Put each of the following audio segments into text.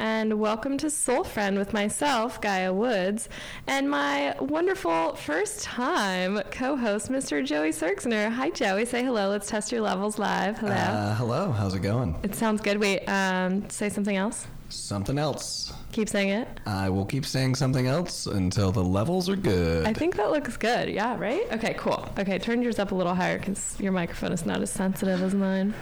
welcome to Soul Friend with myself, Gaia Woods, and my wonderful first time co host, Mr. Joey Serksner. Hi, Joey. Say hello. Let's test your levels live. Hello. Uh, hello, how's it going? it sounds good. Wait, um, say something else. Something else. Keep saying it. I will keep saying something else until the levels are good. I think that looks good. Yeah, right? Okay, cool. Okay, turn yours up a little higher because your microphone is not as sensitive as mine.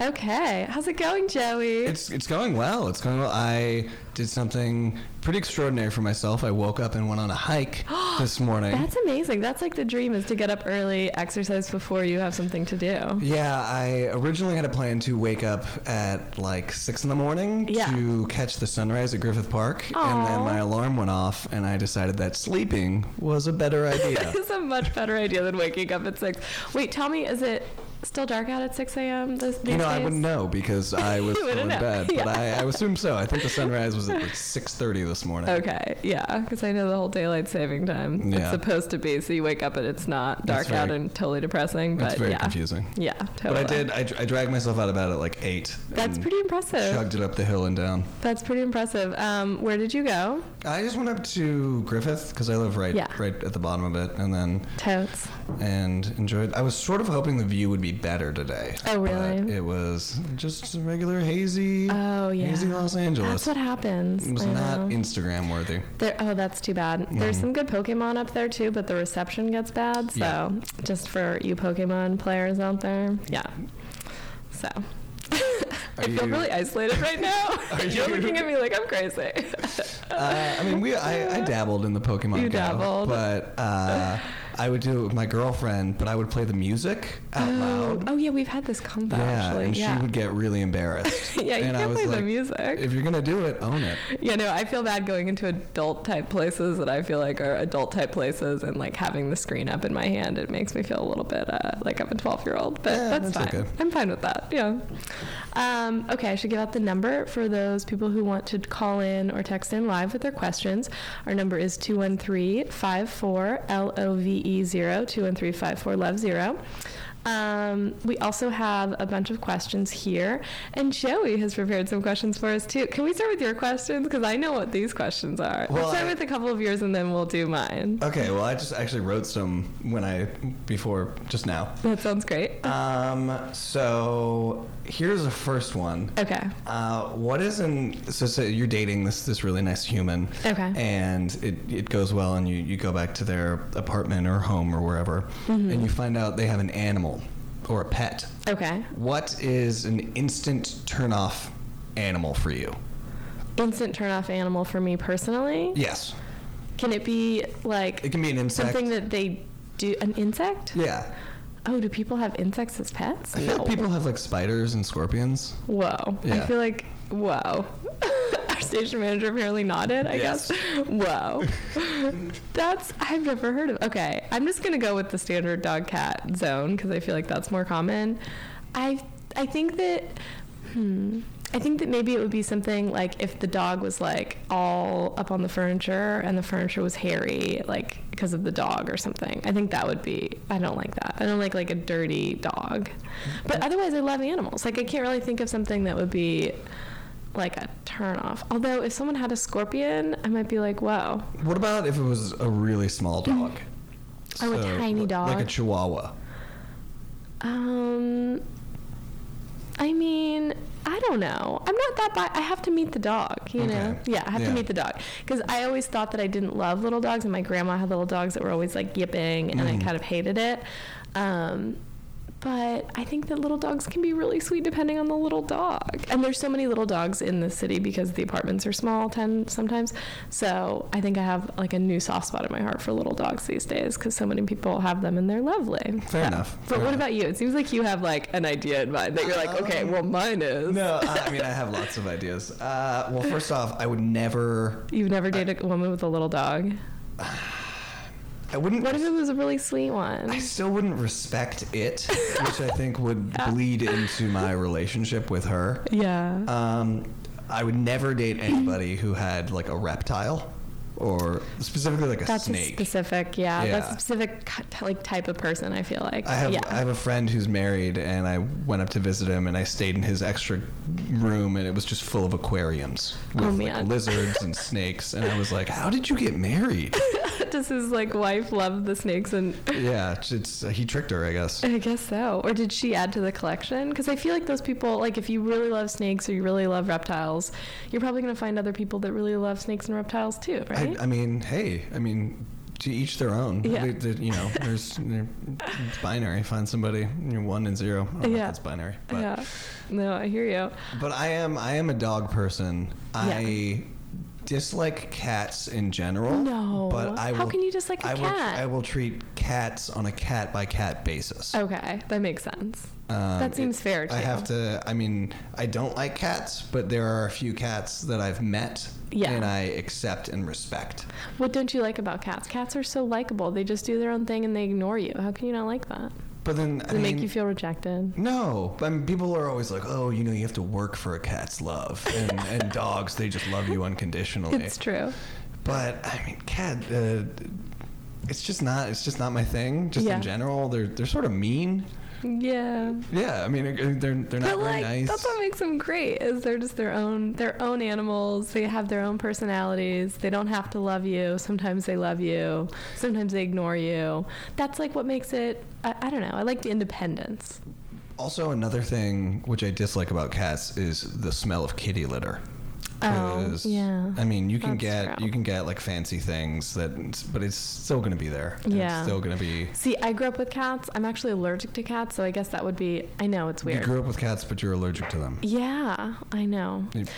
Okay, how's it going, Joey? it's it's going well. It's going well. I did something pretty extraordinary for myself. I woke up and went on a hike this morning. That's amazing. That's like the dream is to get up early, exercise before you have something to do. yeah, I originally had a plan to wake up at like six in the morning Yeah. to catch the sunrise at Griffith Park, and then Aw. my alarm went off, and I decided that sleeping was a better idea. It's a much better idea than waking up at six. Wait, tell me, is it still dark out at six a.m. This You these know, I days? wouldn't know because I was You still in wouldn't know. bed, but Yeah. I, I assume so. I think the sunrise was at like six thirty this morning. Okay, yeah, because I know the whole daylight saving time. It's Yeah. supposed to be, so you wake up and it's not dark That's very- out and totally depressing. But That's very yeah, Oh, confusing. yeah, But totally. I did. um, I, dr- I dragged myself out of bed at like eight. That's and pretty impressive. Chugged it up the hill and down. That's pretty impressive. Um, where did you go? I just went up to Griffith because I live right, Yeah. right at the bottom of it, and then Totes. and enjoyed. I was sort of hoping the view would be better today. Oh, but really? it was just a regular hazy, Oh yeah. hazy Los Angeles. That's what happens. it was I not know. Instagram worthy. There, oh, that's too bad. There's some good Pokemon up there too, but the reception gets bad. So, Yeah. just for you Pokemon players out there, yeah. So, I feel you- really isolated right now. Are You're you- looking at me like I'm crazy. Uh, I mean, we I, I dabbled in the Pokemon You Go, dabbled. but uh, I would do it with my girlfriend. But I would play the music out oh, loud. oh, yeah, we've had this combo yeah, actually. and yeah. she would get really embarrassed. yeah, you and I can't was play the like, music. If you're gonna do it, own it. Yeah, no, I feel bad going into adult type places that I feel like are adult type places and like having the screen up in my hand. It makes me feel a little bit uh, like I'm a 12 year old, but Yeah, that's, that's fine. okay. I'm fine with that. Yeah. Um, okay, I should give out the number for those people who want to call in or text in live with their questions. Our number is 213 54 L O V E 0, 213 54 Love 0. Um, we also have a bunch of questions here, and Joey has prepared some questions for us too. Can we start with your questions? Because I know what these questions are. Well, Let's start I- with a couple of yours, and then we'll do mine. Okay, well, I just actually wrote some when I before just now. That sounds great. Um, so here's the first one. Okay. Uh, what is an so, so you're dating this this really nice human Okay. and it, it goes well and you, you go back to their apartment or home or wherever Mm-hmm. and you find out they have an animal or a pet Okay. what is an instant turn off animal for you Instant turn off animal for me personally. yes Can it be like it can be an insect something that they do? An insect? yeah Oh, do people have insects as pets? I feel like people have like spiders and scorpions Whoa. I Yeah. feel like, whoa. Our station manager apparently nodded, I Yes. guess. Whoa. that's, I've never heard of. Okay. I'm just going to go with the standard dog cat zone because I feel like that's more common. I, I think that, hmm. I think that maybe it would be something like if the dog was like all up on the furniture and the furniture was hairy, like because of the dog or something. I think that would be. I don't like that. I don't like like a dirty dog. But otherwise, I love animals. Like I can't really think of something that would be like a turnoff. Although if someone had a scorpion, I might be like, whoa. what about if it was a really small dog Oh, a tiny li- like a dog. chihuahua Um, I mean, I don't know. I'm not that. Bi- I have to meet the dog. You know. Okay. Yeah, I have to Yeah. meet the dog because I always thought that I didn't love little dogs, and my grandma had little dogs that were always like yipping, and I Mm. kind of hated it. Um, but I think that little dogs can be really sweet depending on the little dog. And there's so many little dogs in the city because the apartments are small ten sometimes. So I think I have like a new soft spot in my heart for little dogs these days because so many people have them and they're lovely. Fair enough. But Fair what enough. about you? It seems like you have like an idea in mind that you're like, okay, well, mine is. Um, no I, I mean i have lots of ideas uh, well first off i would never You've never dated a woman with a little dog. i wouldn't What if it was a really sweet I one? still wouldn't respect it, which I think would bleed into my relationship with her. Yeah. Um, I would never date anybody who had like a reptile. or specifically like a that's snake. a specific, yeah, that's Yeah. a specific ki- t- like type of person. I feel like, I have yeah, I have a friend who's married, and I went up to visit him, and I stayed in his extra room, and it was just full of aquariums with Oh, like man. lizards and snakes, and I was like, "How did you get married?" does his like wife love the snakes and? yeah, it's, it's he tricked her, I guess. I guess so. Or did she add to the collection? Because I feel like those people, like if you really love snakes or you really love reptiles, you're probably going to find other people that really love snakes and reptiles too, I, right? I mean, hey, I mean, to each their own. Yeah. They- they- you know, there's they're- it's binary. Find somebody, you're one and zero. I don't know Yeah. if that's binary. But, yeah. No, I hear you. but I am I am a dog person. I dislike cats in general. No. But I will, How can you dislike a I will- cat? I will treat cats on a cat by cat basis. Okay, that makes sense. Um, that seems it- fair too. I have to. I mean, I don't like cats, but there are a few cats that I've met Yeah. and I accept and respect. What don't you like about cats? Cats are so likable. They just do their own thing and they ignore you. How can you not like that? But then Does it make you feel rejected? No, I mean, people are always like, "Oh, you know, you have to work for a cat's love," and, and dogs they just love you unconditionally. It's true. But I mean, cat, uh, it's just not it's just not my thing. Just Yeah. in general, they're they're sort of mean. Yeah. Yeah, I mean, they're they're not But very like nice. that's what makes them great is they're just their own their own animals. They have their own personalities. They don't have to love you. Sometimes they love you. Sometimes they ignore you. That's like what makes it. I, I don't know. I like the independence. also, another thing which I dislike about cats is the smell of kitty litter. 'Cause, Oh, yeah. I mean, you can That's get true. you can get like fancy things that, but it's still going to be there. and Yeah. It's still going to be. See, I grew up with cats. I'm actually allergic to cats, so I guess that would be. I know it's You weird. grew up with cats, but you're allergic to them. yeah, I know. I don't know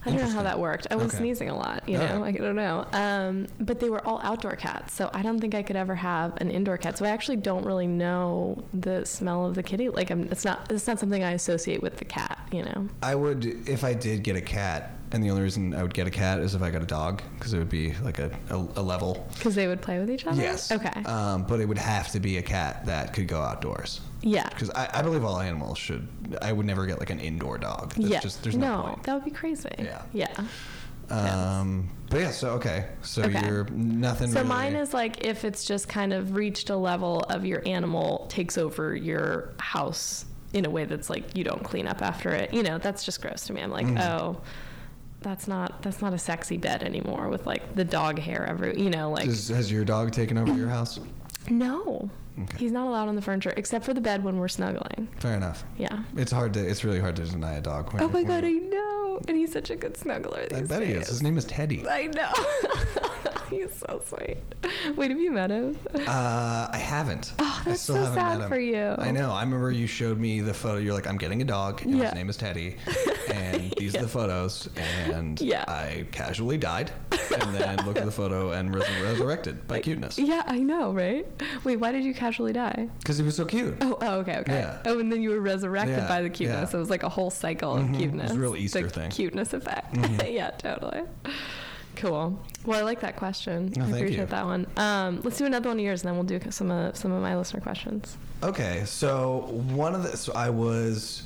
how Interesting. that worked. I was Okay. sneezing a lot, you Yeah. know. Like, I don't know. Um, but they were all outdoor cats, so I don't think I could ever have an indoor cat. So I actually don't really know the smell of the kitty. Like, I'm, it's not it's not something I associate with the cat, you know. I would, if I did get a cat, and the only reason I would get a cat is if I got a dog, because it would be like a, a, a level. Because they would play with each other. Yes. Okay. Um, but it would have to be a cat that could go outdoors. yeah. Because I, I believe all animals should. I would never get like an indoor dog. That's yeah. just there's no, point. that would be crazy. Yeah. Yeah. Um, but yeah, so okay, so Okay. you're nothing. So really- mine is like if it's just kind of reached a level of your animal takes over your house in a way that's like you don't clean up after it. You know, that's just gross to me. I'm like, Mm-hmm. oh, that's not that's not a sexy bed anymore with like the dog hair every. You know, like Does, has your dog taken over your house? no, Okay. he's not allowed on the furniture except for the bed when we're snuggling. Fair enough. Yeah. It's hard to. It's really hard to deny a dog. When Oh you're- my when god, I you're- know, and he's such a good snuggler. I these bet he is. days. His name is Teddy. I know. he's so sweet. Wait, have you met him? Uh, I haven't. Oh, I that's so haven't met sad him. for you. I know. I remember you showed me the photo. You're like, I'm getting a dog, and his Yeah. name is Teddy, and these are Yeah. the photos. And Yeah. I casually died, and then looked at the photo and was resurrected by cuteness Yeah, I know, right? Wait, why did you casually die? because he was so cute. Oh, oh okay, okay. Yeah. Oh, and then you were resurrected Yeah, by the cuteness. yeah. It was like a whole cycle Mhm, it of was a cuteness. real Easter the thing. Mm-hmm. Cuteness effect. yeah, totally. Cool. Well, I like that question. No, I thank you. appreciate that one. Um, let's do another one of yours, and then we'll do some of some of my listener questions. Okay, so one of the so I was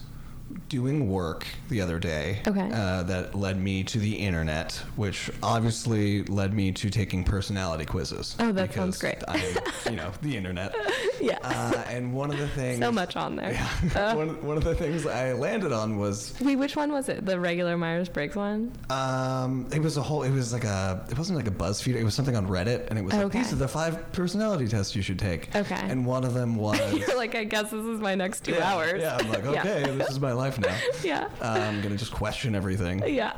doing work the other day. Okay. Uh, that led me to the internet, which obviously led me to taking personality quizzes. Oh, that sounds because great. I'm, you know, the internet. Yeah. Uh, and one of the things. so much on there. Uh, Yeah, one, one of the things I landed on was Wait, which one was it? The regular Myers Briggs one? um, it was a whole. It was like a. It wasn't like a BuzzFeed. It was something on Reddit, and it was like Okay. these are the five personality tests you should take. Okay. And one of them was. You're like, I guess this is my next two Uh, yeah, hours. Yeah, I'm like, Yeah. okay, this is my life now. Yeah. Uh, I'm gonna just question everything. yeah.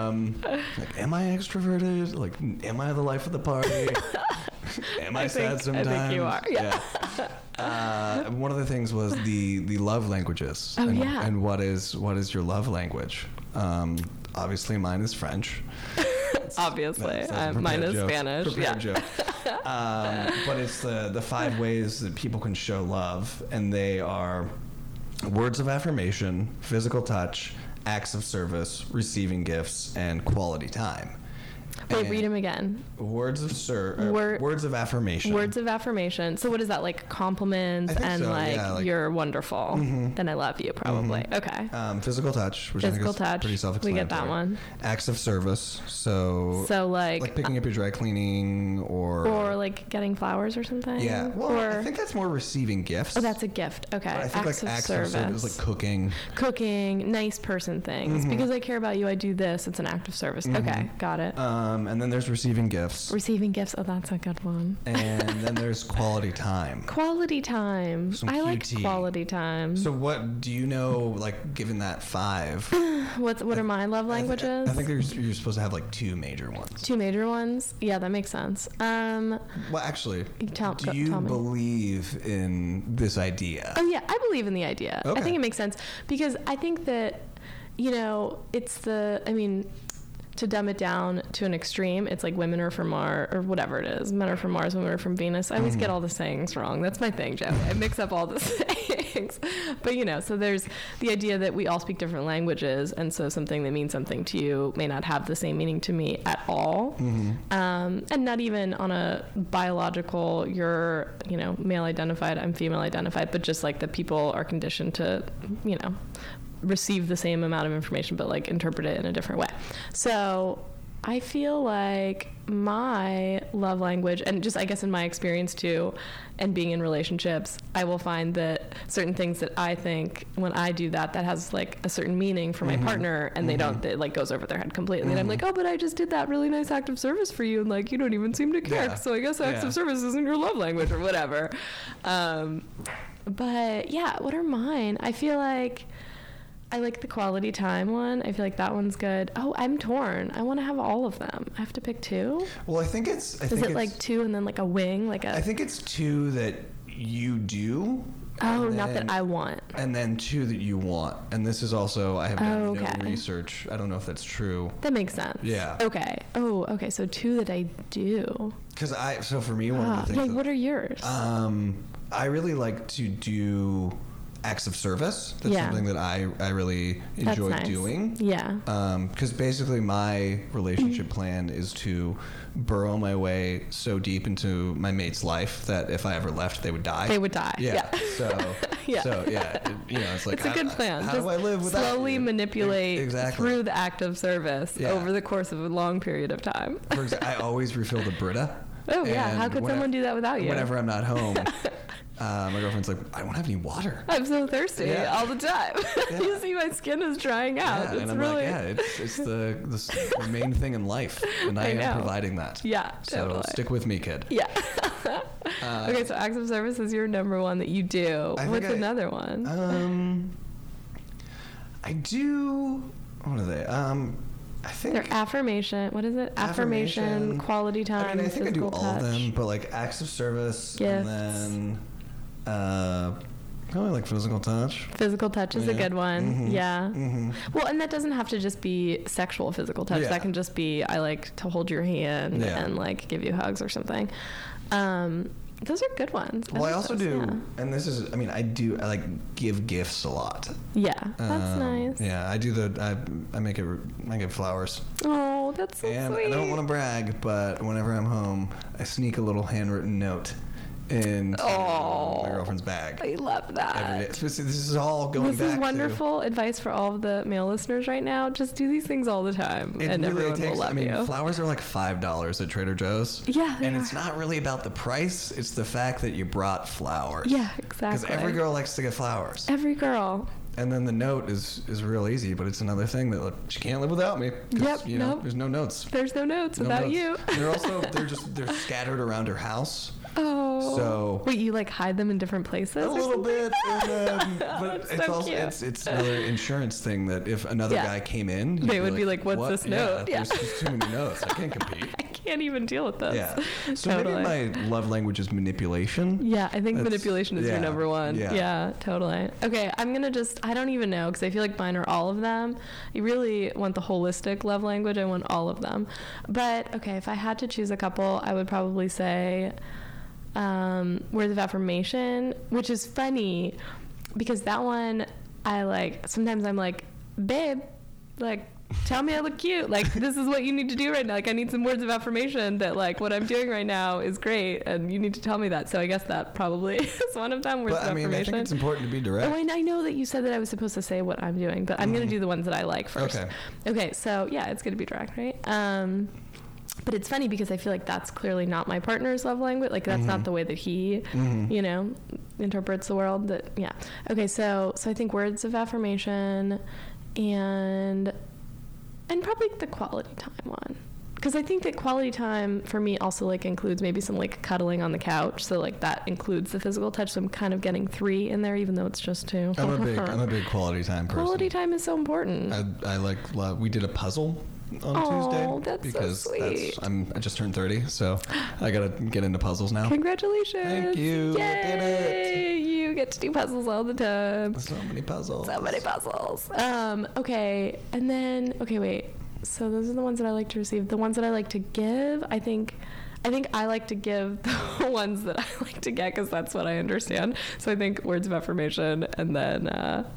Um, like, am I extroverted? Like, am I the life of the party? am I, I think- sad I sometimes? think you are, yeah. Yeah. Uh, and one of the things was the the love languages. Oh, and, yeah. And what is what is your love language? Um, obviously, mine is French. Obviously. That's- that's a Uh, mine prepared is joke. Spanish. Prepared yeah. joke. Um, but it's the the five ways that people can show love, and they are words of affirmation, physical touch, acts of service, receiving gifts, and quality time. Wait, And read them again. Words of sir, uh, Wor- words of affirmation. Words of affirmation. So what is that like? Compliments I think and so, like, yeah, like- you're wonderful and I love you. Probably. Okay. um, physical touch, which Physical I think is touch. pretty We self-explanatory. get that one. Acts of service, so So like, like picking up your dry cleaning or or like getting flowers or something. yeah. Well, or I think that's more receiving gifts. oh, that's a gift. Okay. But I think acts like of acts service. of service, like Mm-hmm. cooking. Cooking, nice person things. Because I care about you, I do this. It's an act of service. Mm-hmm. Okay, got it. Um, and then there's receiving gifts, Receiving gifts. Oh, that's a good one. and then there's quality time. Quality time. Some I like QT. quality time. So what do you know? Like given that five I thi- What's what are my love languages? I think there's, you're supposed to have like two major ones. Two major ones. Yeah, that makes sense. Um, Well, actually, Tell- do go- you tell me. believe in this idea? oh yeah, I believe in the idea. I Okay. think it makes sense because I think that you know it's the. I mean, to dumb it down to an extreme, it's like women are from Mars or whatever it is. Men are from Mars, women are from Venus. I always Mm-hmm. get all the sayings wrong. That's my thing, Joe. I mix up all the sayings. But you know, so there's the idea that we all speak different languages, and so something that means something to you may not have the same meaning to me at all. Mm-hmm. um, and not even on a biological you're you know male identified i'm female identified but just like that people are conditioned to you know receive the same amount of information but like interpret it in a different way so i feel like my love language and just i guess in my experience too and being in relationships i will find that certain things that i think when i do that that has like a certain meaning for my partner and they don't it like goes over their head completely and i'm like oh but i just did that really nice act of service for you and like you don't even seem to care Yeah. so i guess acts Yeah. of service isn't your love language or whatever um, but yeah what are mine i feel like I like the quality time one. I feel like that one's good. Oh, I'm torn. I want to have all of them. I have to pick two. Well, I think it's. I Is think it it's, like two and then like a wing, like I a think it's two that you do. oh, and not then- that I want. And then two that you want. And this is also I have done Oh, no okay. research. I don't know if that's true. That makes sense. Yeah. Okay. Oh, okay. So two that I do. Because I so for me one Ah, of the yeah. things. What are yours? that- um, I really like to do acts of service. That's Yeah. something that I I really That's enjoy nice. doing. Uh, Yeah. because basically my relationship plan is to burrow my way so deep into my mate's life that if I ever left, they would die. They would die. Yeah. Yeah. So. Yeah. So yeah, it- you know, it's like it's a I- good I- plan. How Just do I live without slowly you? manipulate E- exactly. through the act of service Yeah. over the course of a long period of time. For example, I always refill the Brita. Oh yeah. and How could whenever- someone do that without you? Whenever I'm not home, uh, my girlfriend's like, I don't have any water. I'm so thirsty Yeah. all the time. Yeah. you see, my skin is drying out. Yeah, it's and I'm really like, yeah, it's, it's the, the, s- the main thing in life, and I, I am know. providing that. Yeah, So totally. stick with me, kid. Yeah. Uh, okay, so acts of service is your number one that you do. I think What's I- another one? Um, I do. What are they? Um, I think. They're affirmation. What is it? Affirmation, Affirmation. quality time. I mean, I think I do physical all of touch. them, but like acts of service, Gifts. and then uh, probably like physical touch. Physical touch is a Yeah. good one. Mhm. Yeah. hmm Well, and that doesn't have to just be sexual physical touch. Yeah. That can just be I like to hold your hand Yeah. and like give you hugs or something. Um, those are good ones. Well, I like also those, do, and this is, I mean, I do, I like give gifts a lot. Yeah, Yeah, that's Um, nice. Yeah, I do the, I, I make it, I get flowers. Oh, that's so and sweet. I don't want to brag, but whenever I'm home, I sneak a little handwritten note in Oh. my girlfriend's bag. I love every day. that. This is all going This back. is wonderful advice for all of the male listeners right now. Just do these things all the time, To, it and really everyone takes. will love I mean, you. flowers are like five dollars at Trader Joe's. Yeah, they and it's are. not really about the price; it's the fact that you brought flowers. yeah, Because exactly. every girl likes to get flowers, Every girl. and then the note is is real easy, but it's another thing that like, she can't live without me. 'cause, Yep, You know, nope. there's no notes. There's no notes No without notes. you. they're also they're just they're scattered around her house. Oh. So- Wait, you like hide them in different places? A or little something? bit, and then, but That's it's so also cute. it's, it's another insurance thing that if another Yeah. guy came in, he'd They would be like, "What's "What? this Yeah, note?" Yeah. There's just too many notes. I can't compete. I can't even deal with this. Yeah. So totally. maybe my love language is manipulation. yeah, I think That's- manipulation is yeah, your number one. yeah. Yeah. totally. Okay, I'm gonna just, I don't even know because I feel like mine are all of them. I really want the holistic love language, I want all of them. But okay, if I had to choose a couple, I would probably say um, words of affirmation, which is funny because that one, I like, sometimes I'm like, babe, like, tell me I look cute. Like this is what you need to do right now. Like I need some words of affirmation that like what I'm doing right now is great, and you need to tell me that. So I guess that probably is one of them. Words But of I mean, I affirmation. think it's important to be direct. Oh, and I know that you said that I was supposed to say what I'm doing, but I'm going to do the ones that I like first. Okay. Okay, so yeah, it's going to be direct, right? Um, but it's funny because I feel like that's clearly not my partner's love language. Like that's not the way that he, you know, interprets the world. That yeah. Okay, so so I think words of affirmation, and and probably the quality time one. Because I think that quality time for me also like includes maybe some like cuddling on the couch, so like that includes the physical touch. So I'm kind of getting three in there, even though it's just two. I'm a big, I'm a big quality time person. quality time is so important. I, I like love. We did a puzzle on Aw, Tuesday that's so because sweet. I'm I just turned 30, so I gotta get into puzzles now. Congratulations! Thank you, I did it. Yay! You get to do puzzles all the time. So many puzzles. So many puzzles. Um, okay, and then okay, wait. So those are the ones that I like to receive. The ones that I like to give, I think, I think I like to give the ones that I like to get because that's what I understand. So I think words of affirmation, and then, uh,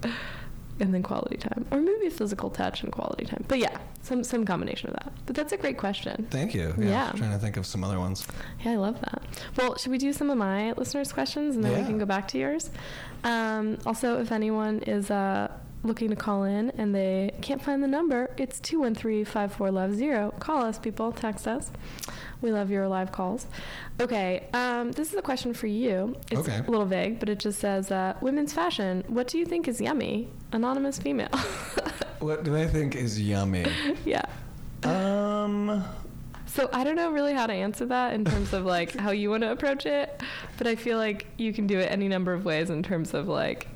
and then quality time, or maybe physical touch and quality time. But yeah, some some combination of that. But that's a great question. Thank you. Yeah. Yeah. Trying to think of some other ones. Yeah, I love that. Well, should we do some of my listeners' questions and then we Yeah. can go back to yours? Um, also, if anyone is uh, looking to call in and they can't find the number, it's 213 54 Love Zero. Call us, people. Text us. We love your live calls. Okay, um, this is a question for you. It's Okay. a little vague, but it just says uh, Women's fashion, what do you think is yummy? Anonymous female. What do I think is yummy? yeah. um, So I don't know really how to answer that in terms of like how you want to approach it, but I feel like you can do it any number of ways in terms of like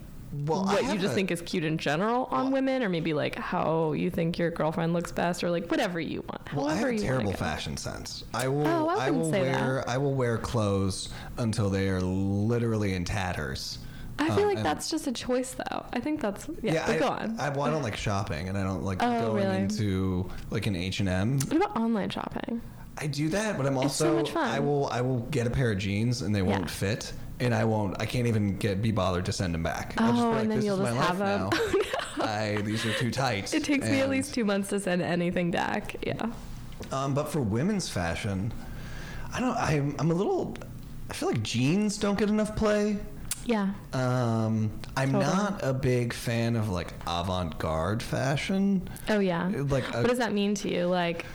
well, I what you have just a- think is cute in general on women, or maybe like how you think your girlfriend looks best, or like whatever you want. Well, I however have a you terrible want to go. fashion sense. I will. Oh, I I, wouldn't will say wear. I will wear clothes until they are literally in tatters. I feel Um, like and- that's just a choice, though. I think that's yeah. but I, go on. I, well, I don't like shopping, and I don't like Oh, going really? into like an H and M. what about online shopping? I do that, but I'm also It's so much fun. I will I will get a pair of jeans and they Yeah. won't fit, and I won't I can't even get be bothered to send them back. I'll Oh, be and then "This you'll is just my have life them." now. I these are too tight. It takes me at And, least two months to send anything back. Yeah. Um, but for women's fashion, I don't. I'm I'm a little. I feel like jeans don't get enough play. Yeah. Um, I'm Totally. not a big fan of like avant-garde fashion. Oh yeah. Like uh, a- what does that mean to you? Like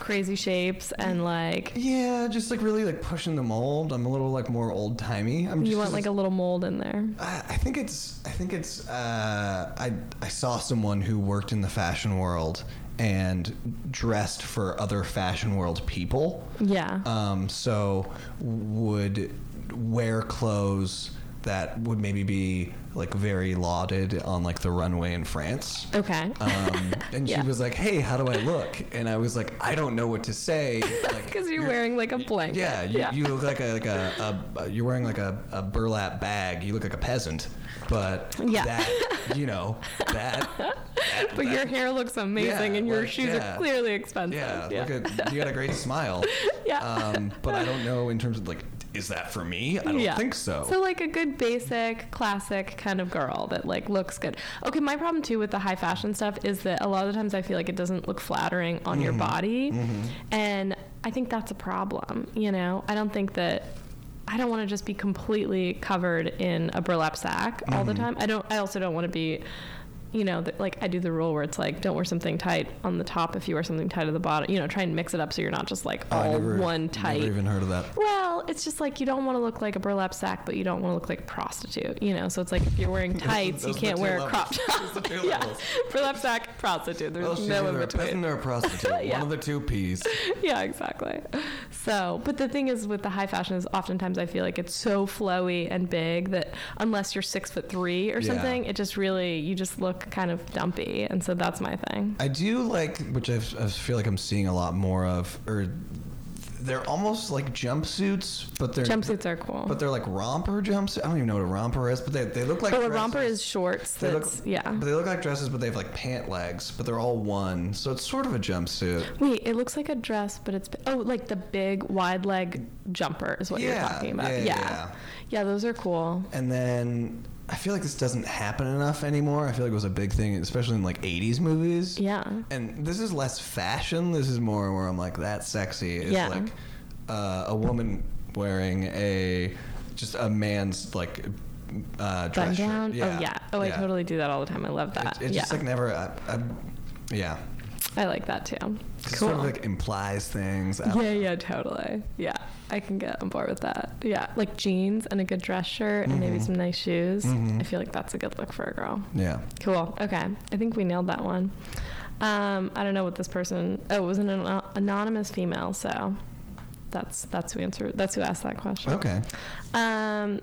crazy shapes and like Yeah, just like really like pushing the mold. I'm a little like more old timey. I'm just you want like a little mold in there. I I think it's. I think it's. Uh, I I saw someone who worked in the fashion world and dressed for other fashion world people. Yeah. Um, so would wear clothes that would maybe be like very lauded on like the runway in France. okay. Um, and Yeah. she was like, "Hey, how do I look?" And I was like, "I don't know what to say." Like, Because you're wearing like a blanket. yeah, you, you look like a like a, a you're wearing like a, a burlap bag. You look like a peasant, but Yeah. that you know that. that- but your hair looks amazing Yeah, and your like, shoes yeah. are clearly expensive. yeah, Look at, you got a great smile. Yeah. Um, but I don't know in terms of like, is that for me? I don't Yeah. think so. So like a good basic classic kind of girl that like looks good. Okay, my problem too with the high fashion stuff is that a lot of the times I feel like it doesn't look flattering on Mm-hmm. your body. And I think that's a problem, you know. I don't think that I don't want to just be completely covered in a burlap sack all the Mm-hmm. time. I don't I also don't want to be you know, that like I do the rule where it's like, don't wear something tight on the top if you wear something tight at the bottom. You know, try and mix it up so you're not just like Oh, I all never- one tight. Never even heard of that. Well, it's just like you don't want to look like a burlap sack, but you don't want to look like a prostitute, you know. So it's like if you're wearing tights, you Those are the can't two wear a levels. crop Those are top. the two yeah, levels. burlap sack, prostitute. There's Well, she's no in either a between. peasant or a prostitute. Yeah. One of the two P's. yeah, exactly. So, but the thing is with the high fashion is oftentimes I feel like it's so flowy and big that unless you're six foot three or Yeah. something, it just really you just look kind of dumpy, and so that's my thing. I do like, which I've, I feel like I'm seeing a lot more of, or they're almost like jumpsuits, but they're Jumpsuits are cool, but but, they're like romper jumpsuit. I don't even know what a romper is, but they, they look like. a romper dresses. is shorts. They look, That's yeah. But they look like dresses, but they have like pant legs, but they're all one, so it's sort of a jumpsuit. Wait, it looks like a dress, but it's oh, like the big wide leg jumper is what Yeah, you're talking about. yeah, Yeah, yeah, yeah, yeah. those are cool. And then I feel like this doesn't happen enough anymore. I feel like it was a big thing, especially in like 80s movies. Yeah. And this is less fashion. This is more where I'm like, that's sexy. It's Yeah. like uh, a woman wearing a just a man's like uh, dress Button shirt. down. Oh yeah. Oh, I totally do that all the time. I love that. It, it's yeah. just like never. I, I, yeah. I like that too. Cool. 'Cause It sort of like implies things. I don't yeah, know. yeah, totally. Yeah, I can get on board with that. Yeah, like jeans and a good dress shirt and maybe Mhm. some nice shoes. Mhm. I feel like that's a good look for a girl. Yeah. Cool. Okay. I think we nailed that one. Um, I don't know what this person. Oh, it was an ano- anonymous female, so that's that's who answered. That's who asked that question. Okay. Um,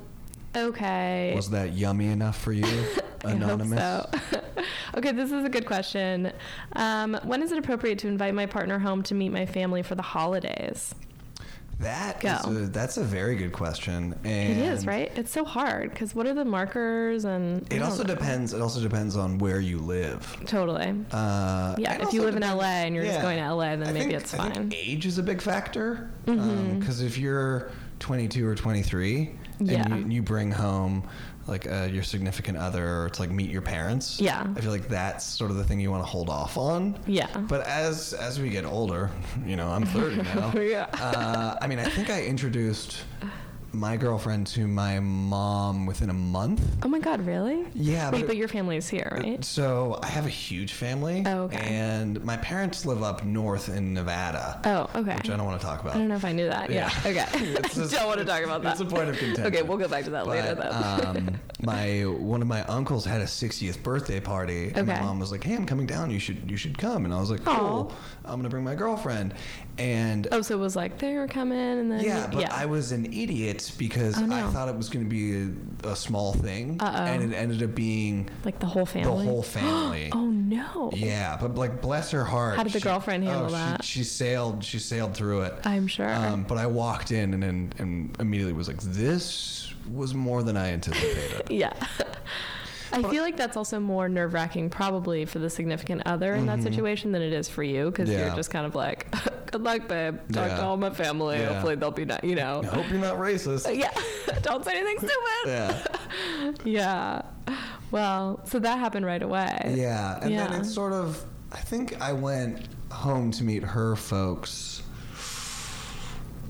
okay. Was that yummy enough for you, I hope anonymous? so. okay, this is a good question. Um, when is it appropriate to invite my partner home to meet my family for the holidays? That Go. is a, that's a very good question. And It is right. It's so hard because what are the markers and I It don't also know. depends. It also depends on where you live. Totally. Uh, Yeah, and if you also live in depends- LA and you're just yeah. going to LA, then I maybe think- it's I think fine. Mm-hmm. age is a big factor because if you're 22 or 23 Yeah. and you, you bring home like uh, your significant other or to like meet your parents, Yeah. I feel like that's sort of the thing you want to hold off on. Yeah. But as as we get older, you know, I'm 30 now. Yeah. Uh, I mean, I think I introduced my girlfriend to my mom within a month. Oh my God, really? Yeah, Wait, but- Uh, but, your family is here, right? So I have a huge family. Oh, okay. And my parents live up north in Nevada. oh, okay. Which I don't want to talk about. I don't know if I knew that. Yeah. Yeah. Okay. It's just- don't want to talk about that. it's a point of Okay, contention. we'll go back to that later But, though. um, my one of my uncles had a 60th birthday party, and my Okay. mom was like, "Hey, I'm coming down. You should you should come." And I was like, Aw. "Cool. I'm gonna bring my girlfriend." And oh, so it was like they were coming and then yeah, but I was an idiot because Um, Oh, I no. thought it was gonna be a, a small thing, Uh-oh. and it ended up being like the whole family. whole family. oh no. yeah. But like, bless her heart. How did the girlfriend handle she- that? She, sailed. She sailed through it. I'm sure. Um, but I walked in and, and and immediately was like, this was more than I anticipated. Yeah. I feel like that's also more nerve wracking, probably for the significant other in that situation than it is for you, because Mm-hmm. Yeah. you're just kind of like, "Good luck, babe. Talk Yeah. to all my family. Yeah. Hopefully they'll be not, you know." I hope you're not racist. Yeah. Don't say anything stupid. Yeah, Yeah. Well, so that happened right away. yeah. And Yeah. then it's sort of. I think I went home to meet her folks.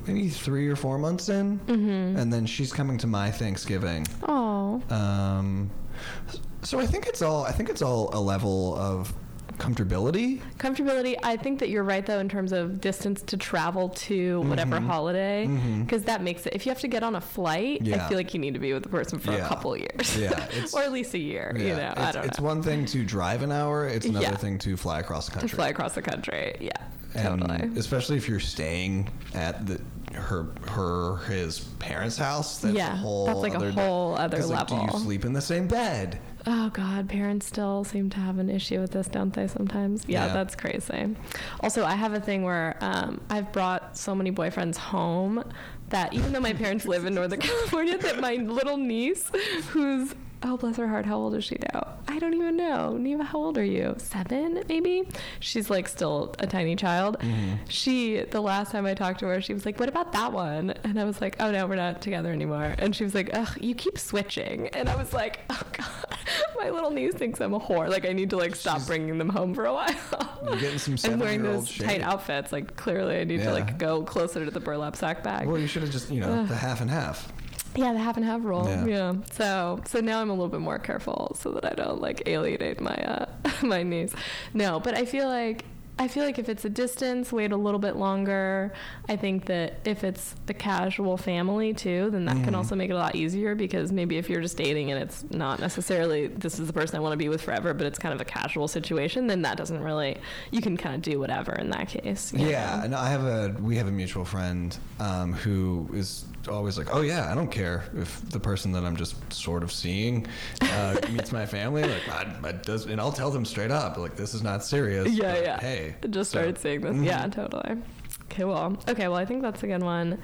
Maybe three or four months in, mm-hmm. and then she's coming to my Thanksgiving. Oh. Um, so I think it's all. I think it's all a level of comfortability. Comfortability, I think that you're right though in terms of distance to travel to whatever Mm-hmm. holiday, because that makes it. If you have to get on a flight, Yeah. I feel like you need to be with the person for Yeah. a couple years, Yeah, it's- or at least a year. Yeah. You know, it's, I don't it's know. one thing to drive an hour. It's another Yeah. thing to fly across the To country. fly across the country, yeah, And totally. especially if you're staying at the her her his parents' house. That's Yeah, a whole that's like a other, whole other 'cause, like, do level. you sleep in the same bed? Oh God, parents still seem to have an issue with this, don't they? Sometimes, yeah, Yeah. that's crazy. Also, I have a thing where um, I've brought so many boyfriends home that even though my parents live in Northern California, that my little niece, who's oh bless her heart, how old is she now? I don't even know. Neva, how old are you? Seven, maybe. She's like still a tiny child. She, the last time I talked to her, she was like, "What about that one?" And I was like, "Oh no, we're not together anymore." And she was like, "Ugh, you keep switching." And I was like, "Oh god." My little niece thinks I'm a whore. Like I need to like stop bringing them home for a while. You're getting some I'm wearing 7-year-old those shade. tight outfits. Like clearly, I need Yeah. to like go closer to the burlap sack bag. Well, you should have just you know the half and half. yeah, the half and half rule. Yeah. Yeah. So so now I'm a little bit more careful so that I don't like alienate my uh, my niece. No, but I feel like. I feel like if it's a distance, wait a little bit longer. I think that if it's a casual family too, then that Mm-hmm. can also make it a lot easier because maybe if you're just dating and it's not necessarily this is the person I want to be with forever, but it's kind of a casual situation, then that doesn't really you can kind of do whatever in that case. you Yeah, know? and I have a we have a mutual friend um, who is always like, oh yeah, I don't care if the person that I'm just sort of seeing uh, meets my family, like I, I does, and I'll tell them straight up, like this is not serious. Yeah, but yeah. Hey, I just So- started seeing this. Yeah, totally. Okay, well, okay, well, I think that's a good one.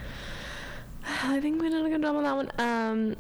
I think we did a good job on that one. Um,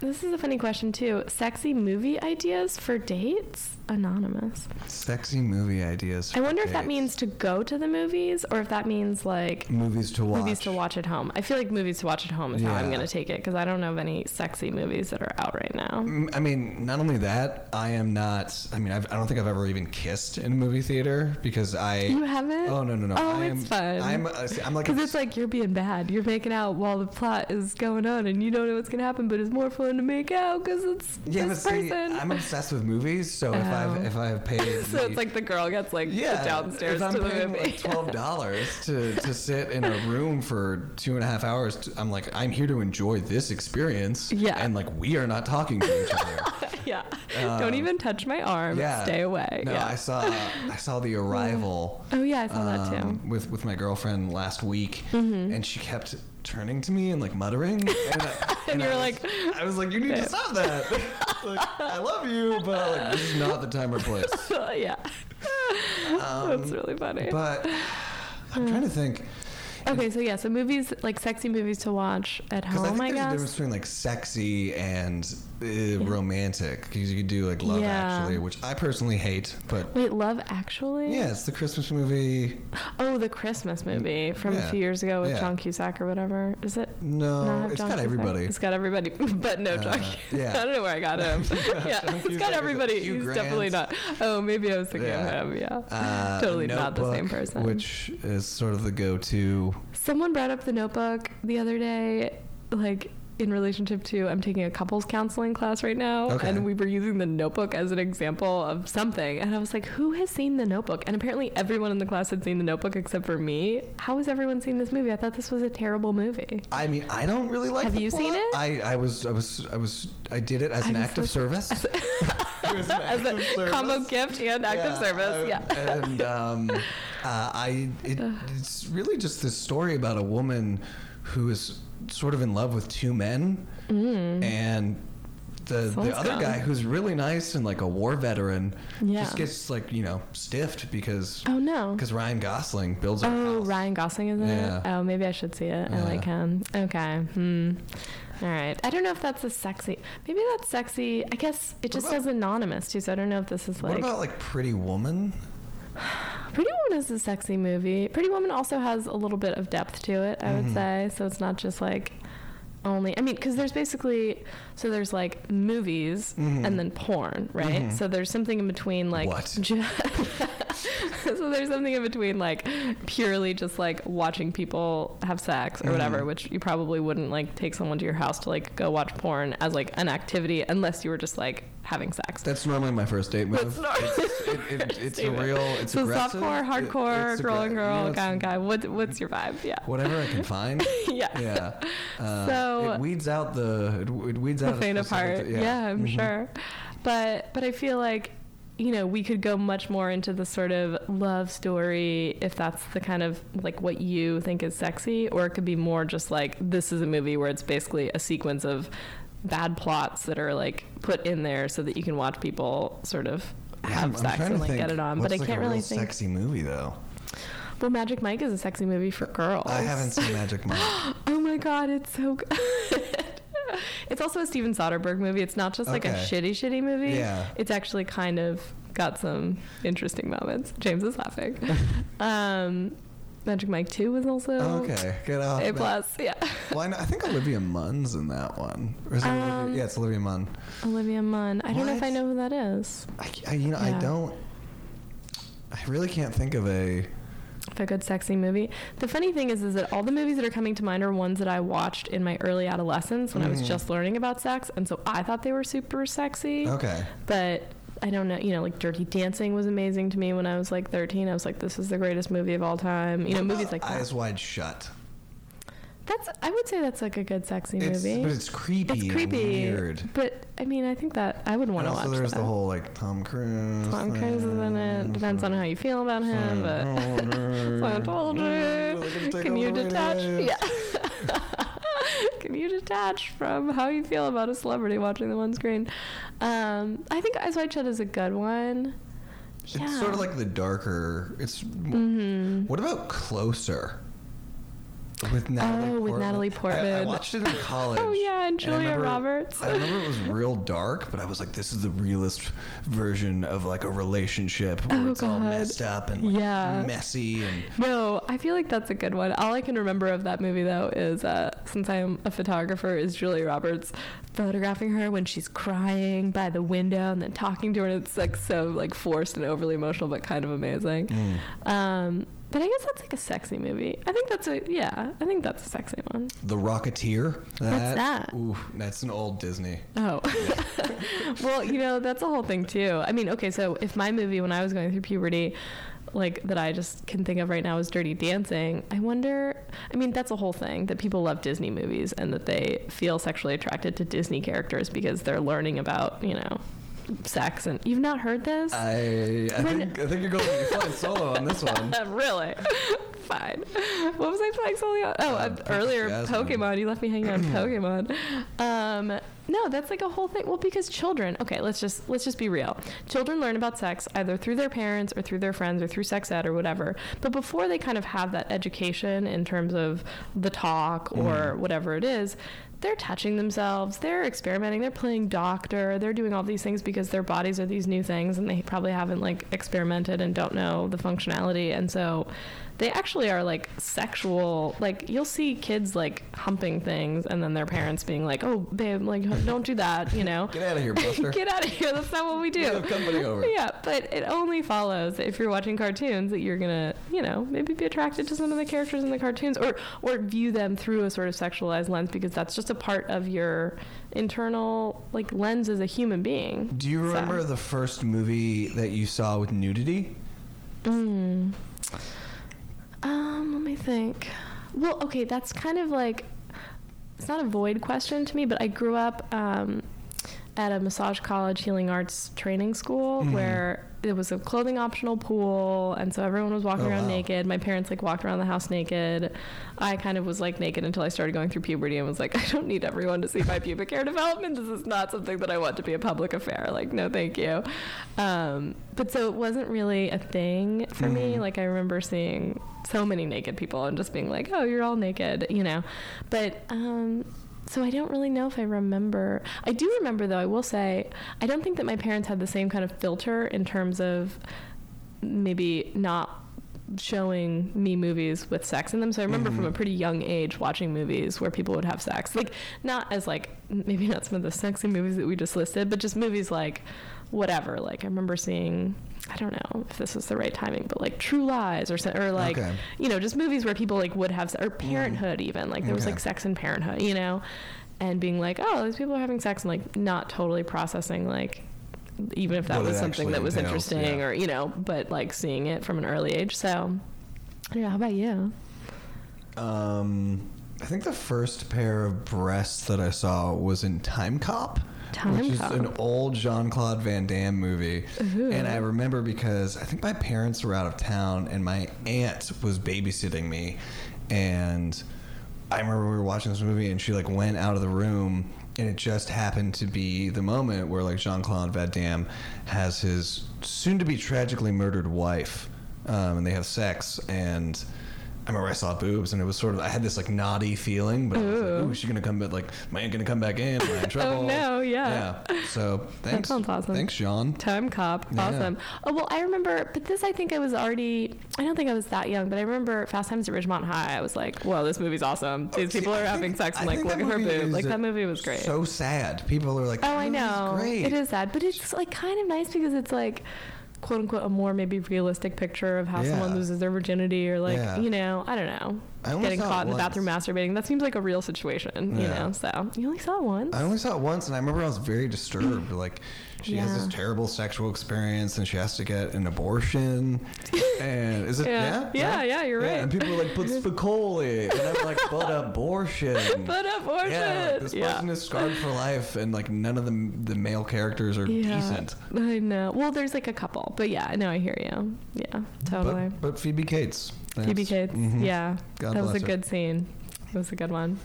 this is a funny question too. Sexy movie ideas for dates? anonymous. Mm-hmm. Sexy movie ideas. I for wonder if that dates. means to go to the movies or if that means like movies to watch. movies to watch at home. I feel like movies to watch at home is how I'm Yeah. going to take it because I don't know of any sexy movies that are out right now. Mm, I mean, not only that, I am not. I mean, I've, I don't think I've ever even kissed in a movie theater because I. You haven't? Oh no no no! Oh, I am, it's fun. I'm uh, see, I'm like Because it's a, like you're being bad. You're making out while the plot is going on and you don't know what's going to happen, but it's more fun to make out because it's yeah, but this see, person. I'm obsessed with movies, so if Oh. I've if I've paid so the- it's like the girl gets like yeah put downstairs if I'm to the paying movie. like twelve dollars to to sit in a room for two and a half hours, t- I'm like I'm here to enjoy this experience, Yeah. and like we are not talking to each other. yeah. don't even touch my arm. Stay away. um, No, yeah. I saw I saw the arrival. um, Oh, yeah, I saw that, too. Mm-hmm. With with my girlfriend last week, and she kept turning to me and like muttering. And, I, And you I were was- like, I was like, you need "Babe." to stop that. like, I love you, but like, this is not the time or place. yeah. That's really funny. Um, But I'm trying to think okay, so yeah, so movies like sexy movies to watch at because I home, think I, there's a guess. difference between like sexy and uh, romantic. Because you could do like Love Yeah. Actually, which I personally hate, but. Wait, Love Actually? Yeah, it's the Christmas movie. Oh, the Christmas movie from a yeah, few years ago with yeah. John Cusack or whatever. Is it? not No, have Um, it's John got Cusack? everybody. It's got everybody, but no John. Uh, Cusack. yeah. I don't know where I got him. yeah, John it's Cusack got is a everybody. Hugh He's Grant. definitely not. Oh, maybe I was thinking Yeah. of him. Yeah, Uh, totally not the same Notebook, person. Which is sort of the go-to. Someone brought up the notebook the other day, like in relationship to I'm taking a couples counseling class right now, Okay. and we were using the notebook as an example of something. And I was like, Who has seen the notebook? And apparently, everyone in the class had seen the notebook except for me. How has everyone seen this movie? I thought this was a terrible movie. I mean, I don't really like. Have the you plot. seen it? I, I was, I was, I was, I did it as I an was act of like- service. It was an as act of a service. combo gift and active Yeah, service. I- yeah. And um, uh, I, it, it's really just this story about a woman who is sort of in love with two men, and. The, Mm. Sounds the other dumb. guy who's really nice and like a war veteran Yeah. just gets like you know stiffed because Oh no. because Ryan Gosling builds a Oh, house. Ryan Gosling is in Yeah. it. Oh, maybe I should see it. I Yeah. like him. Okay. Hmm. All right. I don't know if that's a sexy. Maybe that's sexy. I guess it just about- says anonymous too, so I don't know if this is What like. about like Pretty Woman? Pretty Woman is a sexy movie. Pretty Woman also has a little bit of depth to it, I would say. So it's not just like only. I mean, because there's basically so there's like movies and then porn, right? So there's something in between, like What? ju- so there's something in between, like purely just like watching people have sex or whatever, which you probably wouldn't like take someone to your house to like go watch porn as like an activity unless you were just like having sex. That's normally my first date move. That's not- It's, it, it, it's a Steven. real. It's So aggressive. softcore, It- it's hardcore, aggre- girl on you girl, know, it's guy on guy. What what's your vibe? Yeah. Whatever I can find. yeah. Yeah. Uh, So- it weeds out the. It, it weeds out The faint of heart. specific- Yeah, I'm Mm-hmm. sure. But but I feel like you know, we could go much more into the sort of love story if that's the kind of like what you think is sexy, or it could be more just like this is a movie where it's basically a sequence of bad plots that are like put in there so that you can watch people sort of Yeah, have I'm- I'm sex trying and to like think get it on. But what's, I like, can't a real really think. Sexy movie though. Well, Magic Mike is a sexy movie for girls. I haven't seen Magic Mike. Oh my god, it's so good. it's also a Steven Soderbergh movie. It's not just like a Okay. shitty, shitty movie. Yeah. It's actually kind of got some interesting moments. James is laughing. um, Magic Mike 2 was also Oh, okay, get off. A that. plus. Yeah. Well, I, know, I think Olivia Munn's in that one. Or is it Olivia- Um, yeah, it's Olivia Munn. Olivia Munn. I don't know if What? I know who that is. I, I- you know, yeah. I don't. I really can't think of a. If a good sexy movie. The funny thing is, is that all the movies that are coming to mind are ones that I watched in my early adolescence when I Mm-hmm. was just learning about sex, and so I thought they were super sexy. Okay. but I don't know, you know, like Dirty Dancing was amazing to me when I was like 13. I was like, this is the greatest movie of all time. You know, What movies about like that. Eyes Wide Shut. That's, I would say that's like a good sexy It's, movie. but it's creepy. It's and creepy. weird. But I mean, I think that I would want And to also, watch there's that. the whole like Tom Cruise. Tom Cruise is in it. Depends on how you feel about him, but. So I told you. Can you detach? Yeah. Can you detach from how you feel about a celebrity watching the one screen? Um, I think Eyes Wide Shut is a good one. Yeah. Mm-hmm. It's sort of like the darker. It's. What about closer? with Natalie. Oh, with Portman. Natalie I- I, Portman. watched it in college. Oh, yeah, and I Julia remember- Roberts. I remember it was real dark, but I was like, this is the realest version of like a relationship where Oh, it's all God. messed up and like, Yeah. messy and No, I feel like that's a good one. All I can remember of that movie though is uh, since I'm a photographer is Julia Roberts photographing her when she's crying by the window and then talking to her and it's like so like forced and overly emotional but kind of amazing. Mm. Um, but I guess that's like a sexy movie. I think that's a yeah, I think that's a sexy one. the Rocketeer. that? Ooh, that's an old Disney. Oh. well, you know, that's a whole thing too. I mean, okay, so if my movie when I was going through puberty, like that I just can think of right now is Dirty Dancing, I wonder I mean, that's a whole thing that people love Disney movies and that they feel sexually attracted to Disney characters because they're learning about, you know, sex and you've not heard this? Um. I I When- think I think you're going to be flying solo on this one. really? Fine. What was I playing solely on? Oh, Uh, uh, Princess earlier Jasmine. Pokemon. You left me hanging on Pokemon. Um, no, that's like a whole thing. Well, because children. Okay, let's just let's just be real. Children learn about sex either through their parents or through their friends or through sex ed or whatever. But before they kind of have that education in terms of the talk or whatever it is, they're touching themselves, they're experimenting, they're playing doctor, they're doing all these things because their bodies are these new things and they probably haven't like experimented and don't know the functionality. And so they actually are like sexual. Like you'll see kids like humping things and then their parents being like, "Oh, babe, like don't do that," you know. Get out of here, Buster. Get out of here. That's not what we do. We have company over. Yeah, but it only follows that if you're watching cartoons that you're gonna, you know, maybe be attracted to some of the characters in the cartoons, or or view them through a sort of sexualized lens because that's just a part of your internal like lens as a human being. Do you So- remember the first movie that you saw with nudity? Mm. Um, let me think. Well, okay, that's kind of like it's not a void question to me, but I grew up um, at a massage college healing arts training school Mm-hmm. where there was a clothing optional pool, and so everyone was walking Oh, around wow. naked. My parents like walked around the house naked. I kind of was like naked until I started going through puberty and was like, I don't need everyone to see my pubic hair development. This is not something that I want to be a public affair. Like, no, thank you. Um, but so it wasn't really a thing for me. Like, I remember seeing so many naked people and just being like, oh, you're all naked, you know. But um, so I don't really know if I remember. I do remember, though, I will say, I don't think that my parents had the same kind of filter in terms of maybe not showing me movies with sex in them. So I remember Mm-hmm. from a pretty young age watching movies where people would have sex. Like not as like maybe not some of the sexy movies that we just listed, but just movies like whatever. Like I remember seeing I don't know if this is the right timing, but like True Lies or so- or like Okay. Mm. you know, just movies where people like would have se- or Parenthood even. Like there was Okay. like sex in Parenthood, you know, and being like, "Oh, these people are having sex," and like not totally processing like even if that What it was something actually that was entails, interesting yeah. or you know, but like seeing it from an early age. So, yeah, how about you? Um, I think the first pair of breasts that I saw was in Time Cop. Time which Cop. is an old Jean Claude Van Damme movie. Ooh. And I remember because I think my parents were out of town and my aunt was babysitting me. And I remember we were watching this movie and she like went out of the room and it just happened to be the moment where like Jean Claude Van Damme has his soon to be tragically murdered wife um, and they have sex and. I remember I saw boobs and it was sort of I had this like naughty feeling, but I was like, Ooh. Oh, "Ooh, is she gonna come back? Like, am I gonna come back in? Am I in trouble?" no, yeah. Yeah. So thanks. sounds awesome. Thanks, Sean. Time cop, Yeah. awesome. Oh well, I remember, but this I think I was already. I don't think I was that young, but I remember Fast Times at Ridgemont High. I was like, "Whoa, this movie's awesome. These Oh, See, people are I think- having sex I and like think look that at her movie boob. is Like that movie was great." So sad. People are like, Oh, I "That movie's know. Great. It is sad, but it's like kind of nice because it's like quote unquote a more maybe realistic picture of how someone Yeah. loses their virginity or like Yeah. you know I don't know I only getting saw it caught in the once. bathroom masturbating. That seems like a real situation, you Yeah. know. So you only saw it once. I only saw it once, and I remember I was very disturbed. Like, she has Yeah. this terrible sexual experience, and she has to get an abortion. And is it Yeah. yeah, Yeah, yeah, you're right. And people are like, "But Spicoli," and I'm like, "But abortion." but abortion. Yeah, like, this Yeah. person is scarred for life, and like none of the the male characters are decent. I know. Well, there's like a couple, but yeah, no, I hear you. Yeah, totally. But, but Phoebe Cates. Thanks. PB Kids. Mhm. Yeah. God that was a bless her. good scene. It was a good one.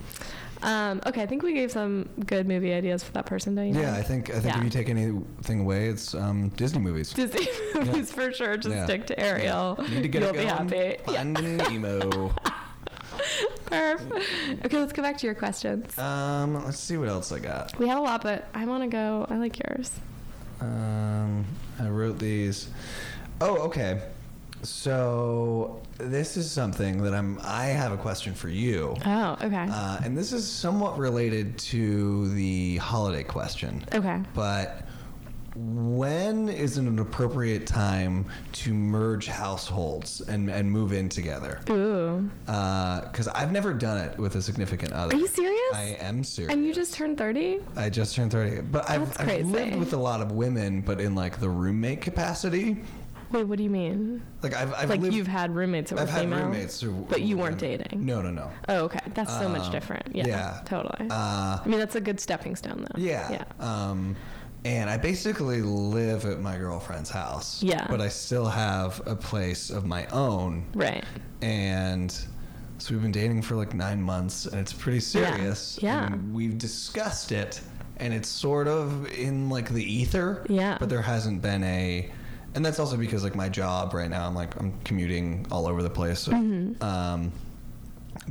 Um, okay, I think we gave some good movie ideas for that person, don't you? Yeah, I think? think I think Yeah. if you take anything away, it's um, Disney movies. Disney movies for sure. Just Yeah. stick to Ariel. Need to get You'll it be going. happy. Yeah. Finding Nemo. Perf. Okay, let's go back to your questions. Um, let's see what else I got. We had a lot, but I want to go. I like yours. Um, I wrote these. Oh, okay. So this is something that I'm. I have a question for you, Oh, okay. uh, and this is somewhat related to the holiday question. okay. But when is an appropriate time to merge households and and move in together? Ooh. Because Uh, I've never done it with a significant other. Are you serious? I am serious. and you just turned 30? I just turned 30. But I've, That's I've lived crazy. with a lot of women, but in like the roommate capacity. Wait, what do you mean? Like I've, I've like lived, you've had roommates that were I've had female? roommates who but you weren't women. dating. No, no, no. Oh, okay. That's so much Um, different. Yeah, yeah. Totally. Uh, I mean, that's a good stepping stone, though. yeah. Yeah. Um, and I basically live at my girlfriend's house. Yeah. But I still have a place of my own, Right. and so we've been dating for like nine months, and it's pretty serious. Yeah. And we've discussed it, and it's sort of in like the ether. Yeah. But there hasn't been a, and that's also because like my job right now, I'm like I'm commuting all over the place. Mm-hmm. Um,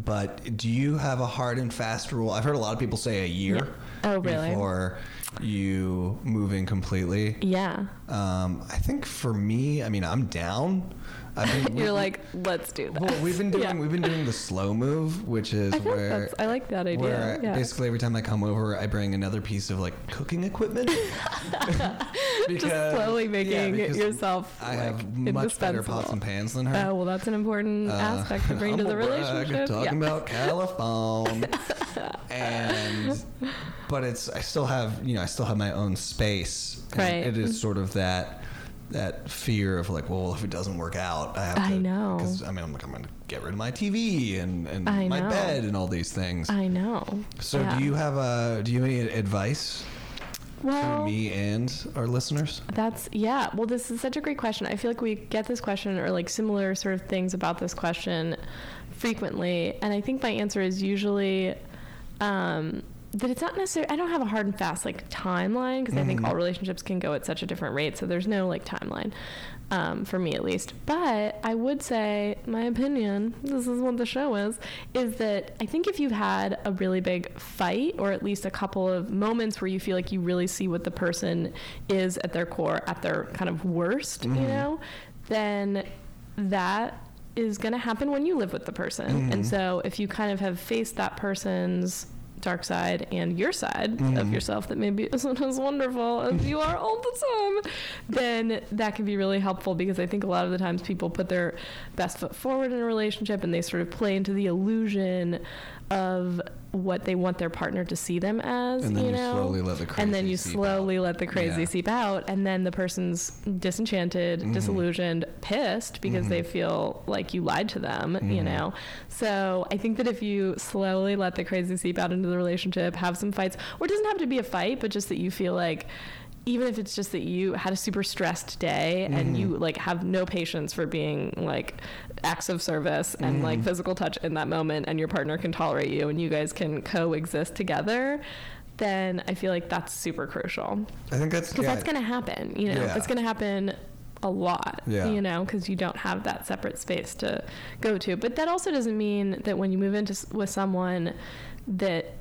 but do you have a hard and fast rule? I've heard a lot of people say a year. Yeah. Oh, really? Before you move in completely. Yeah. Um, I think for me, I mean, I'm down. I mean, You're like, let's do that. well, we've been doing Yeah. we've been doing the slow move, which is I feel like where that's- I like that idea, Where yeah. basically every time I come over, I bring another piece of like cooking equipment. just slowly yeah, making because yourself. I have like, much better pots indispensable. and pans than her. Oh well, that's an important Uh, aspect to bring to I'm the a wag, relationship. Talking yeah. about California, and but it's I still have you know I still have my own space. and Right. It is sort of that that fear of like, well, if it doesn't work out, I have. I to, know. Because I mean, I'm like, I'm gonna get rid of my TV and and I my know. bed and all these things. I know. so Yeah. do you have a do you have any advice Well, for me and our listeners? That's yeah. Well, this is such a great question. I feel like we get this question or like similar sort of things about this question frequently, and I think my answer is usually um, that it's not necessarily. I don't have a hard and fast like timeline because I think Mm. all relationships can go at such a different rate, so there's no like timeline um, for me at least. But I would say my opinion. This is what the show is. Is that I think if you've had a really big fight or at least a couple of moments where you feel like you really see what the person is at their core, at their kind of worst, you know, then that is going to happen when you live with the person. And so if you kind of have faced that person's dark side and your side of Mm-hmm. yourself that maybe isn't as wonderful as you are all the time, then that can be really helpful because I think a lot of the times people put their best foot forward in a relationship and they sort of play into the illusion of what they want their partner to see them as, And then you you know. slowly let the and then crazy you seep out. slowly let the crazy Yeah. seep out and then the person's disenchanted, disillusioned, pissed because they feel like you lied to them, you know. So I think that if you slowly let the crazy seep out into the relationship, have some fights, or it doesn't have to be a fight, but just that you feel like even if it's just that you had a super stressed day and you like have no patience for being like acts of service and like physical touch in that moment and your partner can tolerate you and you guys can coexist together then i feel like that's super crucial I think that's because yeah, that's going to happen you know Yeah. it's going to happen a lot Yeah. you know because you don't have that separate space to go to but that also doesn't mean that when you move into s- with someone that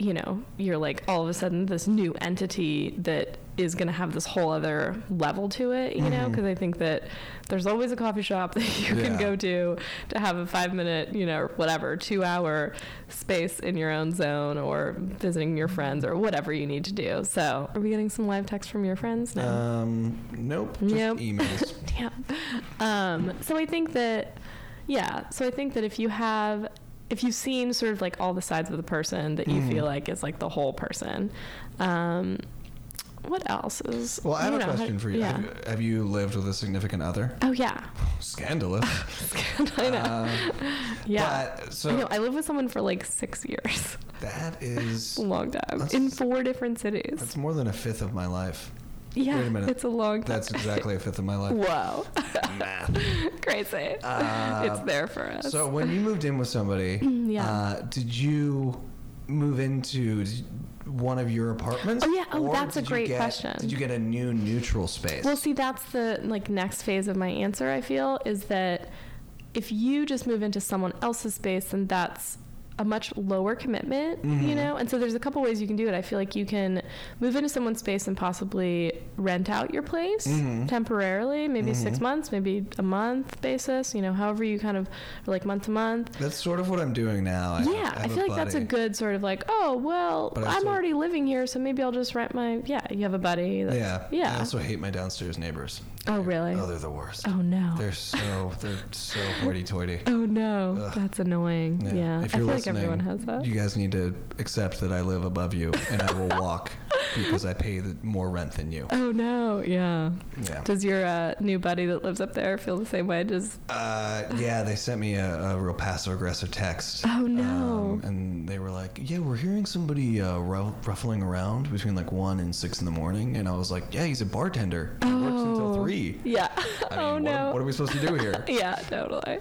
you know you're like all of a sudden this new entity that is going to have this whole other level to it you know because i think that there's always a coffee shop that you can Mm-hmm. Yeah. go to to have a five minute you know whatever two hour space in your own zone or visiting your friends or whatever you need to do so are we getting some live text from your friends now Um, nope. Just Nope. emails. yeah. Um, so I think that, yeah. So I think that if you have, if you've seen sort of like all the sides of the person that you Mm-hmm. feel like is like the whole person, um, what else is? Well, I have don't a know, how- question for you. Yeah. Have, have you lived with a significant other? oh yeah. Scandalous. I know. Um, yeah. But, I so know. I lived with someone for like six years. that is a long time That's- in four different cities. that's more than a fifth of my life. yeah. wait a minute. It's a long time. That's exactly a fifth of my life. Whoa. Math. Crazy. Uh, it's there for us. So when you moved in with somebody, yeah. uh, did you move into d- one of your apartments? Oh, yeah. Oh, Or that's a did you great get- question. Did you get a new neutral space? Well, see, that's the like next phase of my answer. I feel is that if you just move into someone else's space, then that's a much lower commitment, you Mhm. know? And so there's a couple ways you can do it. I feel like you can move into someone's space and possibly rent out your place Mhm. temporarily, maybe six Mhm. months, maybe a month basis, you know, however you kind of, or like month to month. That's sort of what I'm doing now. I have- yeah, I, I, have feel like that's a buddy. good sort of like, oh, well, But I I'm also- already living here, so maybe I'll just rent my, yeah, you have a buddy. that's- Yeah. Yeah. I also hate my downstairs neighbors. Oh, really? Oh, they're the worst. oh, no. They're so they're so hoity-toity. Oh no, Ugh. that's annoying. Yeah, I If feel you're like listening, everyone has that. You guys need to accept that I live above you and I will walk because I pay the, more rent than you. oh no, yeah. Yeah. Does your uh, new buddy that lives up there feel the same way? Just Uh, yeah, they sent me a, a real passive aggressive text. Oh, no. Um, and they were like, "Yeah, we're hearing somebody uh, ru- ruffling around between like one and six in the morning." And I was like, "Yeah, he's a bartender. He Um, works until Oh. three. yeah. I mean, oh what, no. what are we supposed to do here?" yeah, totally.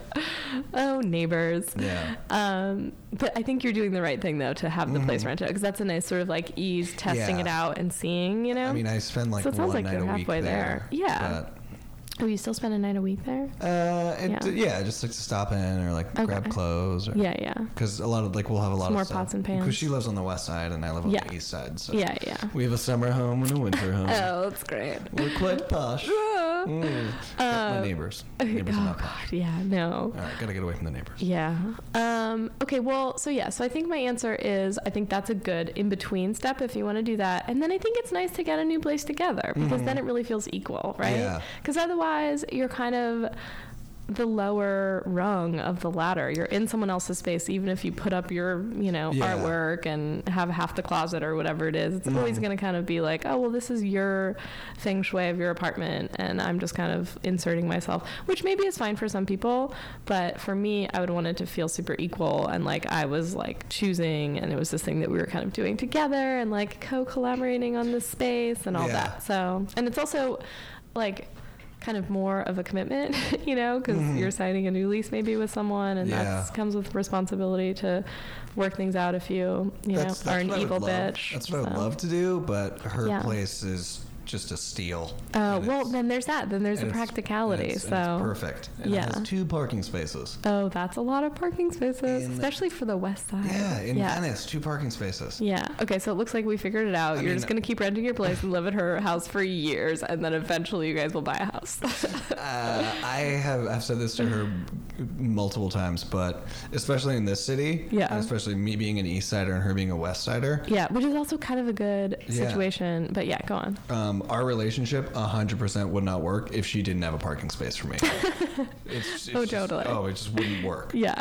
Oh neighbors. yeah. Um, but I think you're doing the right thing though to have the place Mhm. rented out because that's a nice sort of like ease testing Yeah. it out and seeing. You know. I mean, I spend like So it one sounds like night you're a week halfway there. Yeah. But oh, you still spend a night a week there? Uh, it, Yeah. yeah. just like to stop in or like grab Okay. clothes. Or, Yeah, yeah, Because a lot of like we'll have a lot Some more of stuff. pots and Because pans. she lives on the west side and I live on Yeah. the east side. So um, yeah, yeah. we have a summer home and a winter home. Oh, that's great. We're quite posh. Ah. Mm. But Uh, my neighbors. Okay, Neighbors are Oh not posh. god, yeah, no. All right, gotta get away from the neighbors. Yeah. Um, okay. Well, so yeah. So I think my answer is I think that's a good in between step if you want to do that. And then I think it's nice to get a new place together because then it really feels equal, right? Mm-hmm. Yeah. Because otherwise, you're kind of the lower rung of the ladder. You're in someone else's space, even if you put up your, you know, Yeah. artwork and have half the closet or whatever it is. It's always going to kind of be like, oh, well, this is your feng shui of your apartment, and I'm just kind of inserting myself, which maybe is fine for some people, but for me, I would want it to feel super equal and like I was like choosing, and it was this thing that we were kind of doing together and like co-collaborating on this space and all Yeah. that. So, and it's also like kind of more of a commitment, you know, because you're signing a new lease maybe with someone, and Yeah. that comes with responsibility to work things out if you, you know, are an what I would evil love- bitch. That's what I would so. love to do, but her Yeah. place is just a steal. Oh, And well, it's- then there's that. Then there's the and it's- and practicality. it's- and it's so, perfect. And Yeah. it has two parking spaces. oh, that's a lot of parking spaces, In- especially for the west side. Yeah, in yeah. Venice, two parking spaces. Yeah. Okay. So it looks like we figured it out. I You're just mean- gonna keep renting your place and live at her house for years, and then eventually you guys will buy a house. Uh, I have I've said this to her multiple times, but especially in this city, Yeah. and especially me being an East Sider and her being a West Sider, yeah, which is also kind of a good Yeah. situation. But yeah, go on. um, our relationship 100% would not work if she didn't have a parking space for me. it's, it's Oh, just- totally. Oh, it just wouldn't work. Yeah.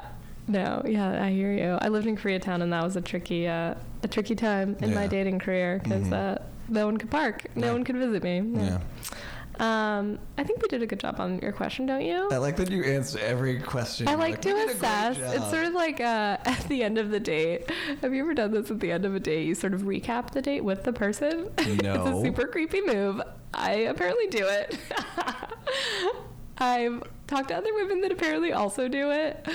No, yeah, I hear you. I lived in Koreatown, and that was a tricky, uh, a tricky time in my Yeah. dating career because uh, no one could park, no Yeah. one could visit me. Yeah. Um, I think we did a good job on your question, don't you? I like that you answer every question. I You're like, "We to did a great assess. It's job." sort of like uh, at the end of the date. Have you ever done this at the end of a date? You sort of recap the date with the person. it's a No. super creepy move. I apparently do it. I've talked to other women that apparently also do it.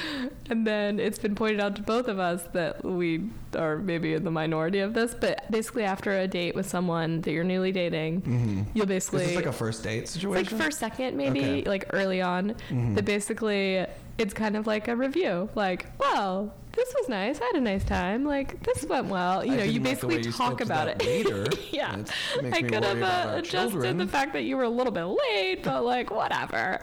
And then it's been pointed out to both of us that we are maybe in the minority of this. But basically, after a date with someone that you're newly dating, you'll Mm-hmm. Is basically. this like a first date situation? It's like first, second, maybe Okay. Mm-hmm. like early on. That basically, it's kind of like a review. Like, well, this was nice. I had a nice time. Like, this went well. You I know, you didn't like the way basically you talk spoke to about that it. waiter. yeah, It makes I me could worry have about uh, our adjusted the children. fact that you were a little bit late, but like whatever.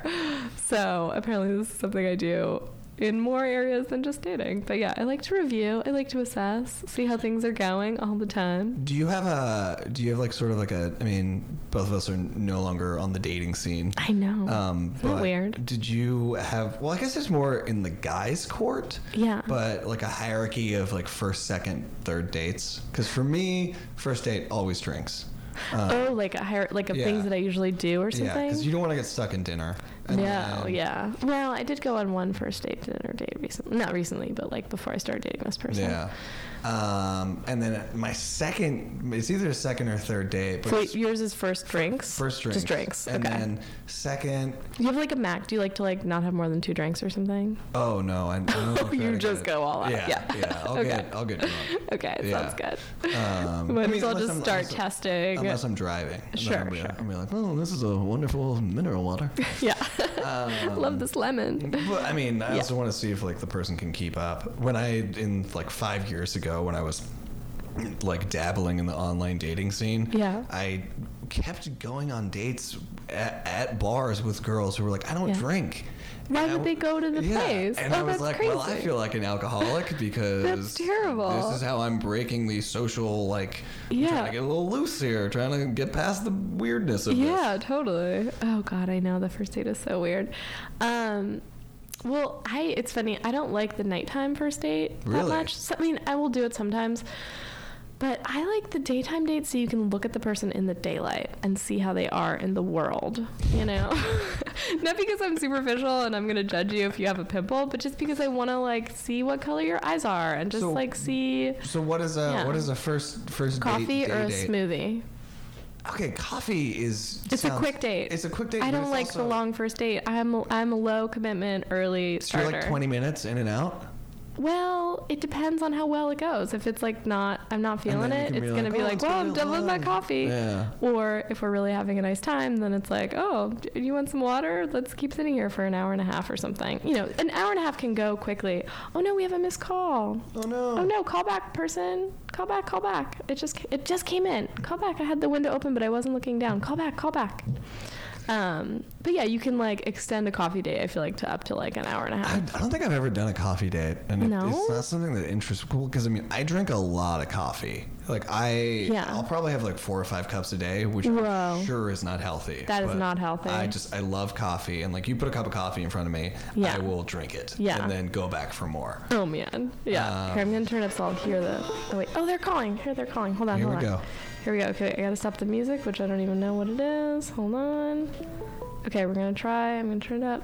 So apparently, this is something I do. In more areas than just dating. But yeah, I like to review. I like to assess, see how things are going all the time. Do you have a? Do you have like sort of like a? I mean, both of us are no longer on the dating scene. I know. Um, Isn't that but weird? Did you have? Well, I guess it's more in the guys' court. Yeah. But like a hierarchy of like first, second, third dates. Because for me, first date always drinks. Um, oh, like a higher, like a yeah. things that I usually do or yeah, something. because you don't want to get stuck in dinner. And no, then- yeah. Well, I did go on one first date dinner date recently. Not recently, but like before I started dating this person. Yeah. Um, and then my second, it's either a second or third date, but So it's wait, yours is first drinks. first drinks. Just drinks. And okay. then second, you have like a Mac. Do you like to like not have more than two drinks or something? oh no, I, I don't know if You I'd get just it. go all out, Yeah, yeah. I'll Okay. get, I'll get drunk. Okay, Yeah. sounds good. Um, Might I mean, as well unless just I'm- start unless- testing. Unless I'm driving. And then Sure, I'll be, sure. I'll be like, oh, this is a wonderful mineral water. yeah. Um, Love this lemon. But I mean, I Yeah. also want to see if like the person can keep up. When I in like five years ago, when I was like dabbling in the online dating scene, Yeah. I kept going on dates at, at bars with girls who were like, "I don't Yeah. drink." Why And I would they go to the place? And Oh, I was that's like, "Well, I crazy." feel like an alcoholic because terrible. This is how I'm breaking the social like. I'm Yeah. trying to get a little loose here, trying to get past the weirdness of this. Yeah, totally. Oh god, I know the first date is so weird. Um, well, I it's funny. I don't like the nighttime first date Really? that much. So, I mean, I will do it sometimes, but I like the daytime dates so you can look at the person in the daylight and see how they are in the world. You know, not because I'm superficial and I'm gonna judge you if you have a pimple, but just because I want to like see what color your eyes are and just So- like see So what is a Yeah. what is a first first date- coffee day or a date? smoothie. Okay, coffee is. It's a quick date. It's a quick date. I but don't it's like the also- long first date. I'm a, I'm a low commitment early So you're starter. like 20 minutes in and out. Well, it depends on how well it goes. If it's like not, I'm not And feeling then you it. can It's be gonna like, be "Oh, like, it's well, gonna be I'm done with my long." coffee. Yeah. Or if we're really having a nice time, then it's like, oh, d- you want some water? Let's keep sitting here for an hour and a half or something. You know, an hour and a half can go quickly. Oh no, we have a missed call. Oh no. Oh no, call back person. Call back, call back. It just it just came in. Call back. I had the window open, but I wasn't looking down. Call back, call back. Um, but yeah, you can like extend a coffee date. I feel like to up to like an hour and a I, half. I don't think I've ever done a coffee date, and it- No? it's not something that interests. Cool, because I mean, I drink a lot of coffee. Like I, Yeah. I'll probably have like four or five cups a day, which Whoa. I'm sure is not healthy. That is but not healthy. I just, I love coffee, and like you put a cup of coffee in front of me, Yeah. I will drink it, Yeah. and then go back for more. Oh man, yeah. Um, Here, I'm gonna turn it up so I'll hear the. Oh wait, oh they're calling. Here they're calling. Hold on, Here we hold on. go. Here we go. Okay, I gotta stop the music, which I don't even know what it is. Hold on. Okay, we're gonna try. I'm gonna turn it up.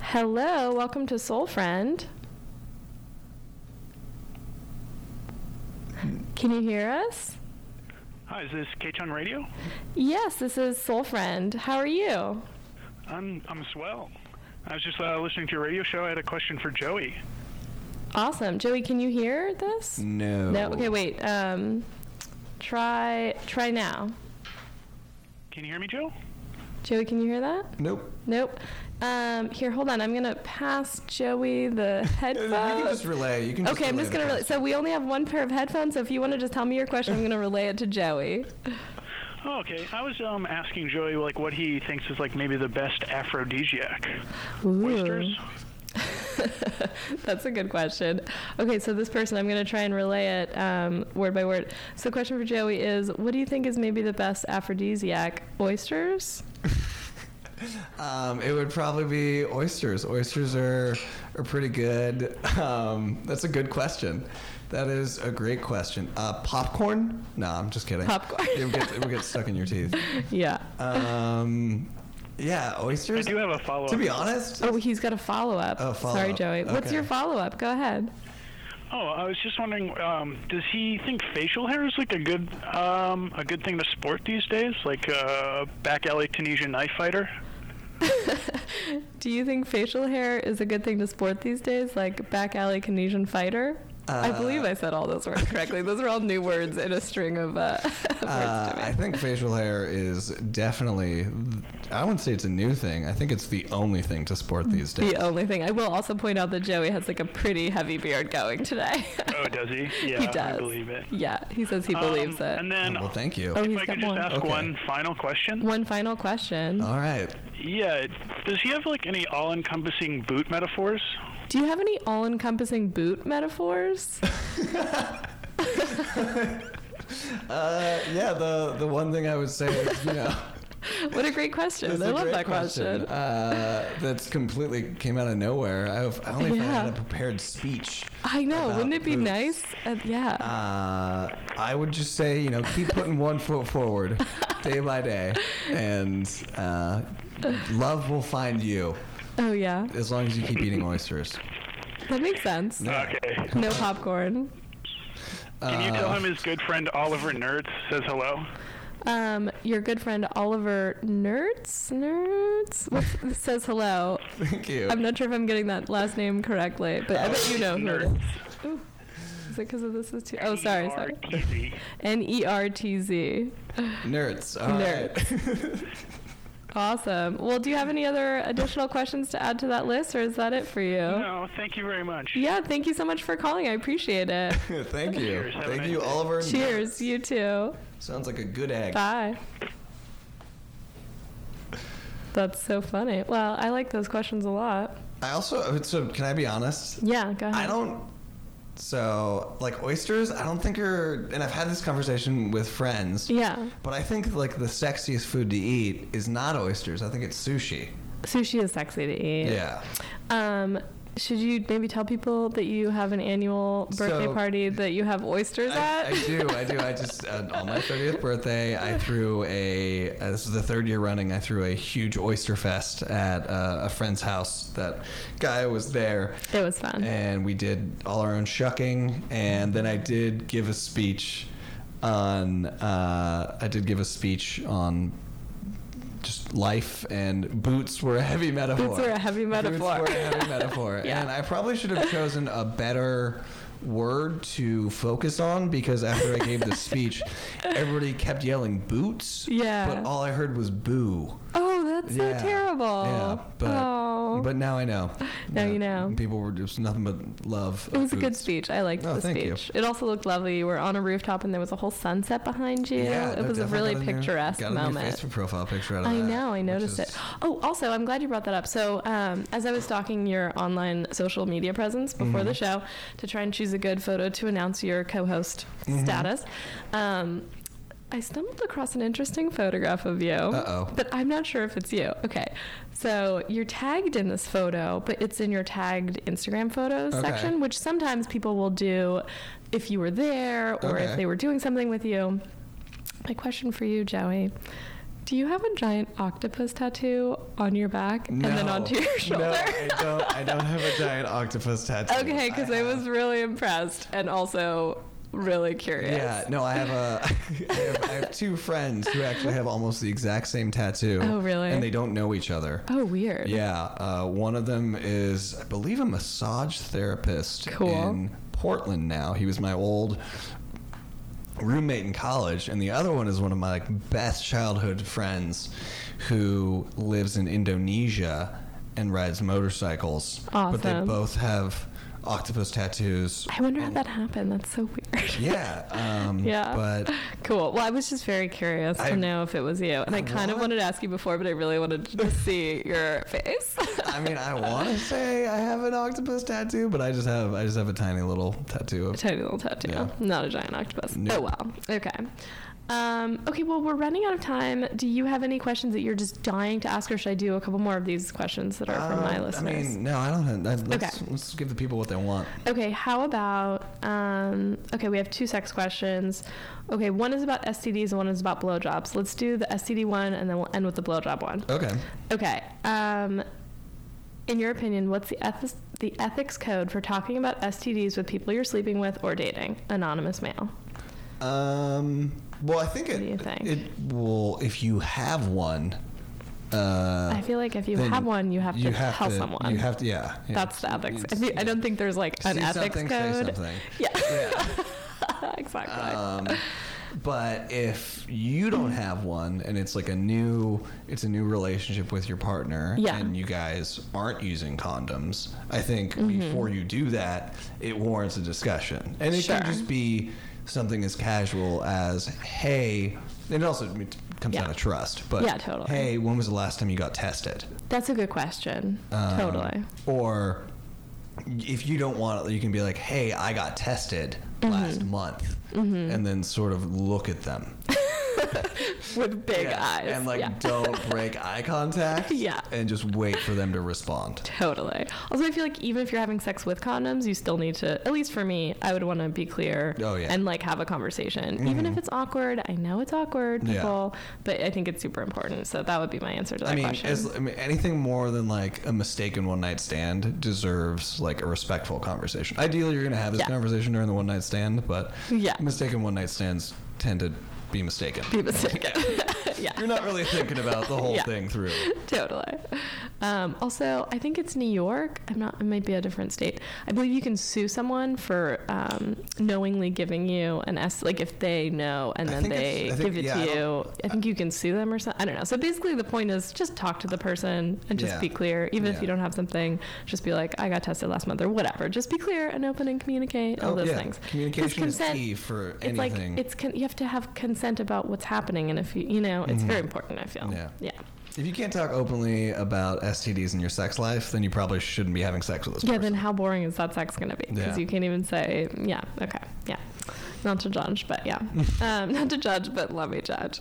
Hello, welcome to Soul Friend. Can you hear us? Hi, is this K-Ton Radio? Yes, this is Soul Friend. How are you? I'm I'm swell. I was just uh, listening to your radio show. I had a question for Joey. Awesome, Joey. Can you hear this? No. No. Okay, wait. Um, try try now. Can you hear me, Joe? Joey, can you hear that? Nope. Nope. Um, here, hold on. I'm gonna pass Joey the You can headphones. just relay. You can. Just uh, Okay, I'm just the gonna relay. So we only have one pair of headphones. So if you want to just tell me your question, I'm gonna relay it to Joey. Oh, okay. I was um, asking Joey like what he thinks is like maybe the best aphrodisiac. Oysters. That's a good question. Okay, so this person, I'm gonna try and relay it um, word by word. So the question for Joey is, what do you think is maybe the best aphrodisiac? Oysters? Um, it would probably be oysters. Oysters are are pretty good. Um, that's a good question. That is a great question. Uh, popcorn? No, I'm just kidding. Popcorn. it, would get, it would get stuck in your teeth. Yeah. Um, yeah, I oysters. do have a follow-up. To be honest, Oh, he's got a follow up. Oh, Sorry, follow-up. Joey. What's Okay. your follow up? Go ahead. Oh, I was just wondering, um, does he think facial hair is like a good um, a good thing to sport these days, like uh, back alley Tunisian knife fighter? Do you think facial hair is a good thing to sport these days, like back alley Canadian fighter? I Uh, believe I said all those words correctly. Those are all new words in a string of uh, words uh, to me. I think facial hair is definitely. I wouldn't say it's a new thing. I think it's the only thing to sport these days. the only thing I will also point out that Joey has like a pretty heavy beard going today. Oh, does he? Yeah, he does. I believe it. Yeah, he says he believes Um, it. And then, Well, thank you. oh, if he's I got could just more. ask Okay. one final question. One final question. All right. Yeah. Does he have like any all-encompassing boot metaphors? Do you have any all-encompassing boot metaphors? Uh, yeah, the the one thing I would say is you know. what a great question! That's I a love great that question. Uh, that's completely came out of nowhere. I, have, I don't even Yeah. had a prepared speech. I know. about Wouldn't it be boots. nice? Uh, yeah. Uh, I would just say, you know, keep putting one foot forward day by day, and uh, love will find you oh yeah, as long as you keep eating oysters. that makes sense. Okay. No popcorn. Can Uh, you tell him his good friend Oliver Nerds says hello? Um, your good friend Oliver Nerds Nerds what's, says hello. Thank you. I'm not sure if I'm getting that last name correctly, but I bet you know who it is. Ooh, is it because of this is too? E Oh, sorry, sorry. Easy. N E R T Z. Nerds. All right. Nerds. Awesome. Well, do you have any other additional questions to add to that list, or is that it for you? No, thank you very much. Yeah, thank you so much for calling. I appreciate it. Thank you. Cheers, have a Thank nice you, day. Oliver. Cheers. You too. Sounds like a good egg. Bye. That's so funny. Well, I like those questions a lot. I also, so can I be honest? Yeah, go ahead. I don't. So, like oysters, I don't think are. And I've had this conversation with friends. Yeah. But I think like the sexiest food to eat is not oysters. I think it's sushi. Sushi is sexy to eat. Yeah. Um, should you maybe tell people that you have an annual birthday So- party that you have oysters I, at? I do. I do. I just uh, on my thirtieth birthday, I threw a. Uh, this is the third year running. I threw a huge oyster fest at uh, a friend's house. That guy was there. it was fun. and we did all our own shucking and then i did give a speech on uh, i did give a speech on just life and boots were a heavy metaphor Boots were a heavy metaphor. boots were a heavy metaphor Yeah. and i probably should have chosen a better word to focus on because after i gave the speech everybody kept yelling boots Yeah. but all i heard was boo oh, that's so terrible. yeah but oh. but now i know Now Yeah, you know. people were just nothing but love It of was a good boots. speech. I liked Oh, the thank you. speech. It also looked lovely. You were on a rooftop and there was a whole sunset behind you. it no, was a definitely really got new- picturesque got A new moment. Facebook profile picture out of I that, know, I which noticed is- it. Oh, also, I'm glad you brought that up. So, um, as I was stalking your online social media presence before the Mm-hmm. show to try and choose a good photo to announce your co host Mm-hmm. status, um, I stumbled across an interesting photograph of you. Uh-oh. But I'm not sure if it's you. Okay. So, you're tagged in this photo, but it's in your tagged Instagram photos Okay. section, which sometimes people will do if you were there or if Okay. they were doing something with you. My question for you, Joey. Do you have a giant octopus tattoo on your back and then No. onto your shoulder? No, I don't. I don't have a giant octopus tattoo. okay, because I, have- was really impressed and also really curious. Yeah, no, I have a. I have, I have two friends who actually have almost the exact same tattoo. Oh, really? And they don't know each other. Oh, weird. Yeah, uh, one of them is, I believe, a massage therapist Cool. in Portland now. He was my old roommate in college, and the other one is one of my like, best childhood friends who lives in Indonesia and rides motorcycles. But they Awesome. both have octopus tattoos. I wonder how that happened. That's so weird. Yeah. Um, Yeah. But cool. Well, I was just very curious I- to know if it was you, and I, kind of want- wanted to ask you before, but I really wanted to just see your face. I mean, I want to say I have an octopus tattoo, but I just have I just have a tiny little tattoo A of tiny little tattoo. Yeah. Not a giant octopus. No. Oh well. Okay. Um, okay, well, we're running out of time. Do you have any questions that you're just dying to ask, or should I do a couple more of these questions that are from my Um, listeners? I mean, no, I don't. Have, that, let's, Okay. let's give the people what they want. okay, how about. Um, okay, we have two sex questions. Okay, one is about STDs and one is about blowjobs. Let's do the STD one and then we'll end with the blowjob one. Okay. Okay. Um, in your opinion, what's the ethics, the ethics code for talking about STDs with people you're sleeping with or dating? Anonymous male. Um, well, I think it. do you think? It will if you have one. Uh, I feel like if you then have one, you have to tell someone. You have to. Yeah. yeah. That's the ethics. I, It's- think, I don't think there's like an See ethics something, say code. something. Yeah. exactly. Um, but if you don't have one and it's like a new it's a new relationship with your partner Yeah. and you guys aren't using condoms, I think Mm-hmm. before you do that, it warrants a discussion. And it Sure. can just be something as casual as, hey, and it also it comes Yeah. down to trust, but Yeah, totally. hey, when was the last time you got tested? That's a good question. Um, totally. Or if you don't want it, you can be like, hey, I got tested Mm-hmm. last month. And then sort of look at them. With big Yeah, eyes. And like, yeah. don't break eye contact. Yeah. And just wait for them to respond. Totally. Also, I feel like even if you're having sex with condoms, you still need to, at least for me, I would want to be clear Oh, yeah. Mm-hmm. and like have a conversation. Even if it's awkward, I know it's awkward, Yeah. people, but I think it's super important. So that would be my answer to that I mean, question. as, I mean, anything more than like a mistaken one night stand deserves like a respectful conversation. Ideally, you're going to have this Yeah. conversation during the one night stand, but Yeah. mistaken one night stands tend to be mistaken. be mistaken. yeah. You're not really thinking about the whole Yeah. thing through. totally. Um, also, I think it's New York. I'm not. It might be a different state. I believe you can sue someone for um, knowingly giving you an S. Like if they know and I then think it's- they I think- give it yeah, I to you. don't- I think you can sue them or something. I don't know. So basically, the point is just talk to the person and just Yeah. be clear. Even if Yeah. you don't have something, just be like, I got tested last month or whatever. Just be clear and open and communicate. All Oh, those yeah. things. 'Cause Communication is consent- key for it's like anything. it's con- you have to have consent about what's happening and if you you know it's very important i feel Mm-hmm. Yeah. yeah If you can't talk openly about STDs in your sex life, then you probably shouldn't be having sex with this yeah person. then how boring is that sex gonna be because Yeah. you can't even say yeah okay yeah not to judge but yeah um, not to judge but let me judge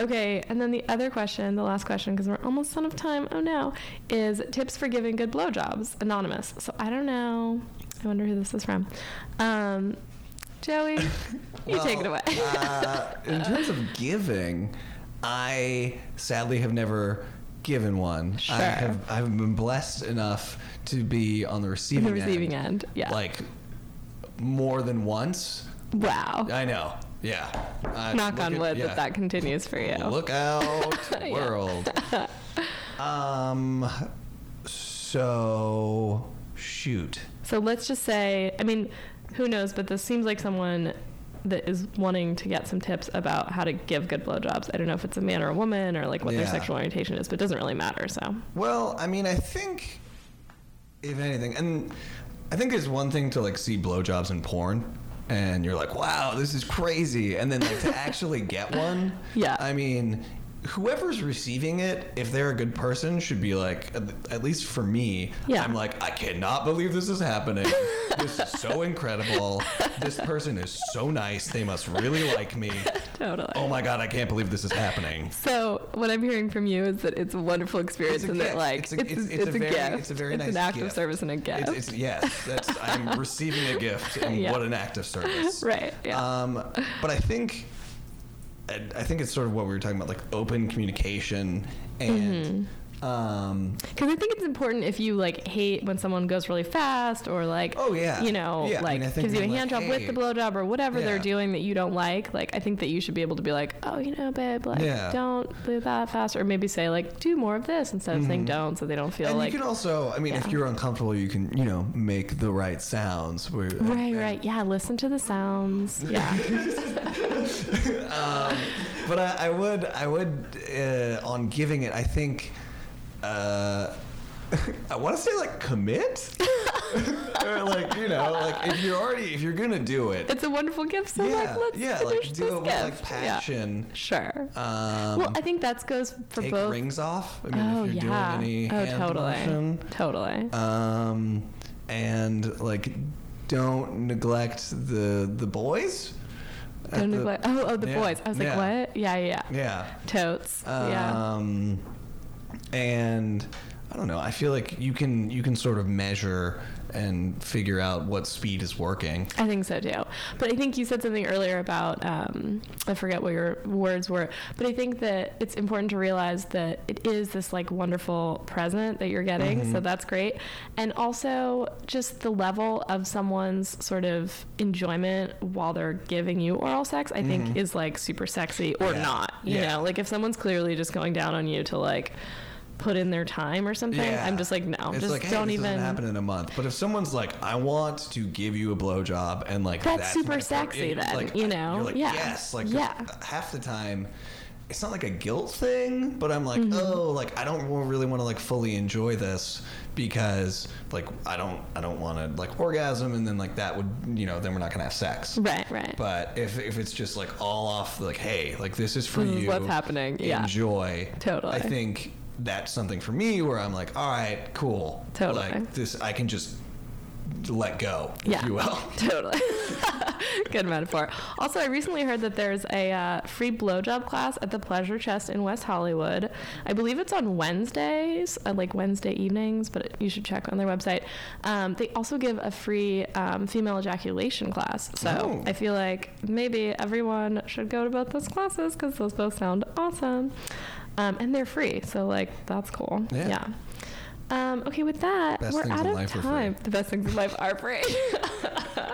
okay and then the other question the last question because we're almost out of time oh no is tips for giving good blowjobs anonymous so i don't know i wonder who this is from um, joey you take it away Well, uh, in terms of giving, I sadly have never given one. Sure. I have I've been blessed enough to be on the receiving the receiving end end. yeah Like more than once. wow I know. Yeah. I- knock look on at- wood yeah. that that continues for you. Look out, Yeah. world. um so shoot. So let's just say, I mean, who knows, but this seems like someone that is wanting to get some tips about how to give good blowjobs. I don't know if it's a man or a woman or like what their Yeah. sexual orientation is, but it doesn't really matter. So Well, I mean, I think if anything, and I think there's one thing to like see blowjobs in porn, and you're like, wow, this is crazy, and then like to actually get one. Yeah. I mean, whoever's receiving it, if they're a good person, should be like, at- at least for me, Yeah. I'm like, I cannot believe this is happening. this is so incredible. This person is so nice. They must really like me. totally. Oh my god, I can't believe this is happening. So what I'm hearing from you is that it's a wonderful experience It's a and that gift. like it's It's a, a- it's, it's- it's a a very- gift. it's a very an nice act of gift. service and a gift. It's, it's yes, that's I'm receiving a gift, and Yeah. what an act of service. Right, yeah. Um, but I think, I I think it's sort of what we were talking about, like open communication and. Um, Because Mm-hmm. I think it's important if you like hate when someone goes really fast or like, Oh, yeah. you know, Yeah, I like mean, I think gives you a being hand like, job with the "Hey." blowjob or whatever they're Yeah. doing that you don't like. Like, I think that you should be able to be like, oh, you know, babe, like, Yeah. don't do that fast, or maybe say like, do more of this instead of saying don't, so they don't feel Mm-hmm. like. and you can also, I mean, if yeah. you're uncomfortable, you can, you know, make the right sounds. Where, Right, right. Yeah, listen to the sounds. Yeah. But I, I would, I would, uh, on giving it, I think, uh, I want to say like commit, or like you know, like if you're already, if you're gonna do it, it's a wonderful gift, so like, let's yeah, finish like do this it with gift. like passion. Yeah. Sure. Um, well, I think that goes for take both. rings off. I mean, oh, if you're yeah. doing any oh, hand totally. motion. Totally. Um, and like, don't neglect the the boys. at Don't the- neglect. Oh, oh, the Uh, yeah, boys. I was like, yeah. what? Yeah, yeah, yeah. Yeah. Uh, Totes. yeah. Um, and I don't know. I feel like you can you can sort of measure and figure out what speed is working. I think so too. But I think you said something earlier about, um, I forget what your words were, but I think that it's important to realize that it is this like wonderful present that you're getting. Mm-hmm. So that's great. And also just the level of someone's sort of enjoyment while they're giving you oral sex, I think is like super sexy or Mm-hmm. Yeah. not. You Yeah. know, like if someone's clearly just going down on you to like, Put in their time or something. Yeah. I'm just like no, It's just like, hey, don't this even. Doesn't happen in a month. But if someone's like, I want to give you a blowjob, and like That's super my fir- sexy yeah, then, like, you I- know? you're like, Yeah. yes, like Yeah. half the time. It's not like a guilt thing, but I'm like, Mm-hmm. oh, like I don't wa- really want to like fully enjoy this because like I don't I don't want to like orgasm and then like that would you know then we're not gonna have sex. Right, right. But if if it's just like all off like hey like this is for This is you Mm, what's happening, yeah. enjoy Totally. I think that's something for me where I'm like all right cool Totally. like this I can just let go Yeah. if you will Totally. Good metaphor. Also, I recently heard that there's a uh, free blowjob class at the Pleasure Chest in West Hollywood. I believe it's on Wednesdays, uh, like Wednesday evenings, but you should check on their website. Um, they also give a free um, female ejaculation class. So Oh. I feel like maybe everyone should go to both those classes because those both sound awesome. Um, and they're free. So, like, that's cool. Yeah. yeah. Um, okay, with that, Best we're things out in of life are free. time. The best things in life are free.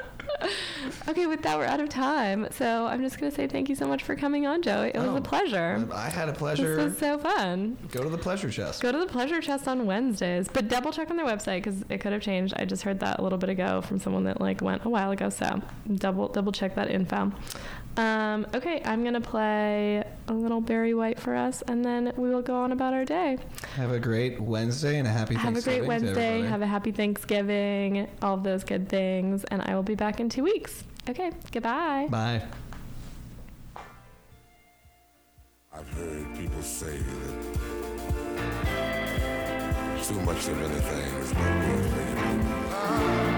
okay, with that, we're out of time. So I'm just going to say thank you so much for coming on, Joey. It was Oh, a pleasure. I had a pleasure. This was so fun. Go to the pleasure chest. Go to the pleasure chest on Wednesdays, but double check on their website because it could have changed. I just heard that a little bit ago from someone that like went a while ago, so double double check that info. Um, okay, I'm gonna play a little Barry White for us, and then we will go on about our day. Have a great Wednesday and a happy Have a Thanksgiving. great to Wednesday. everybody. Have a happy Thanksgiving. All of those good things, and I will be back in two weeks. Okay, goodbye. Bye. I've heard people say that too much of anything is not worth anything.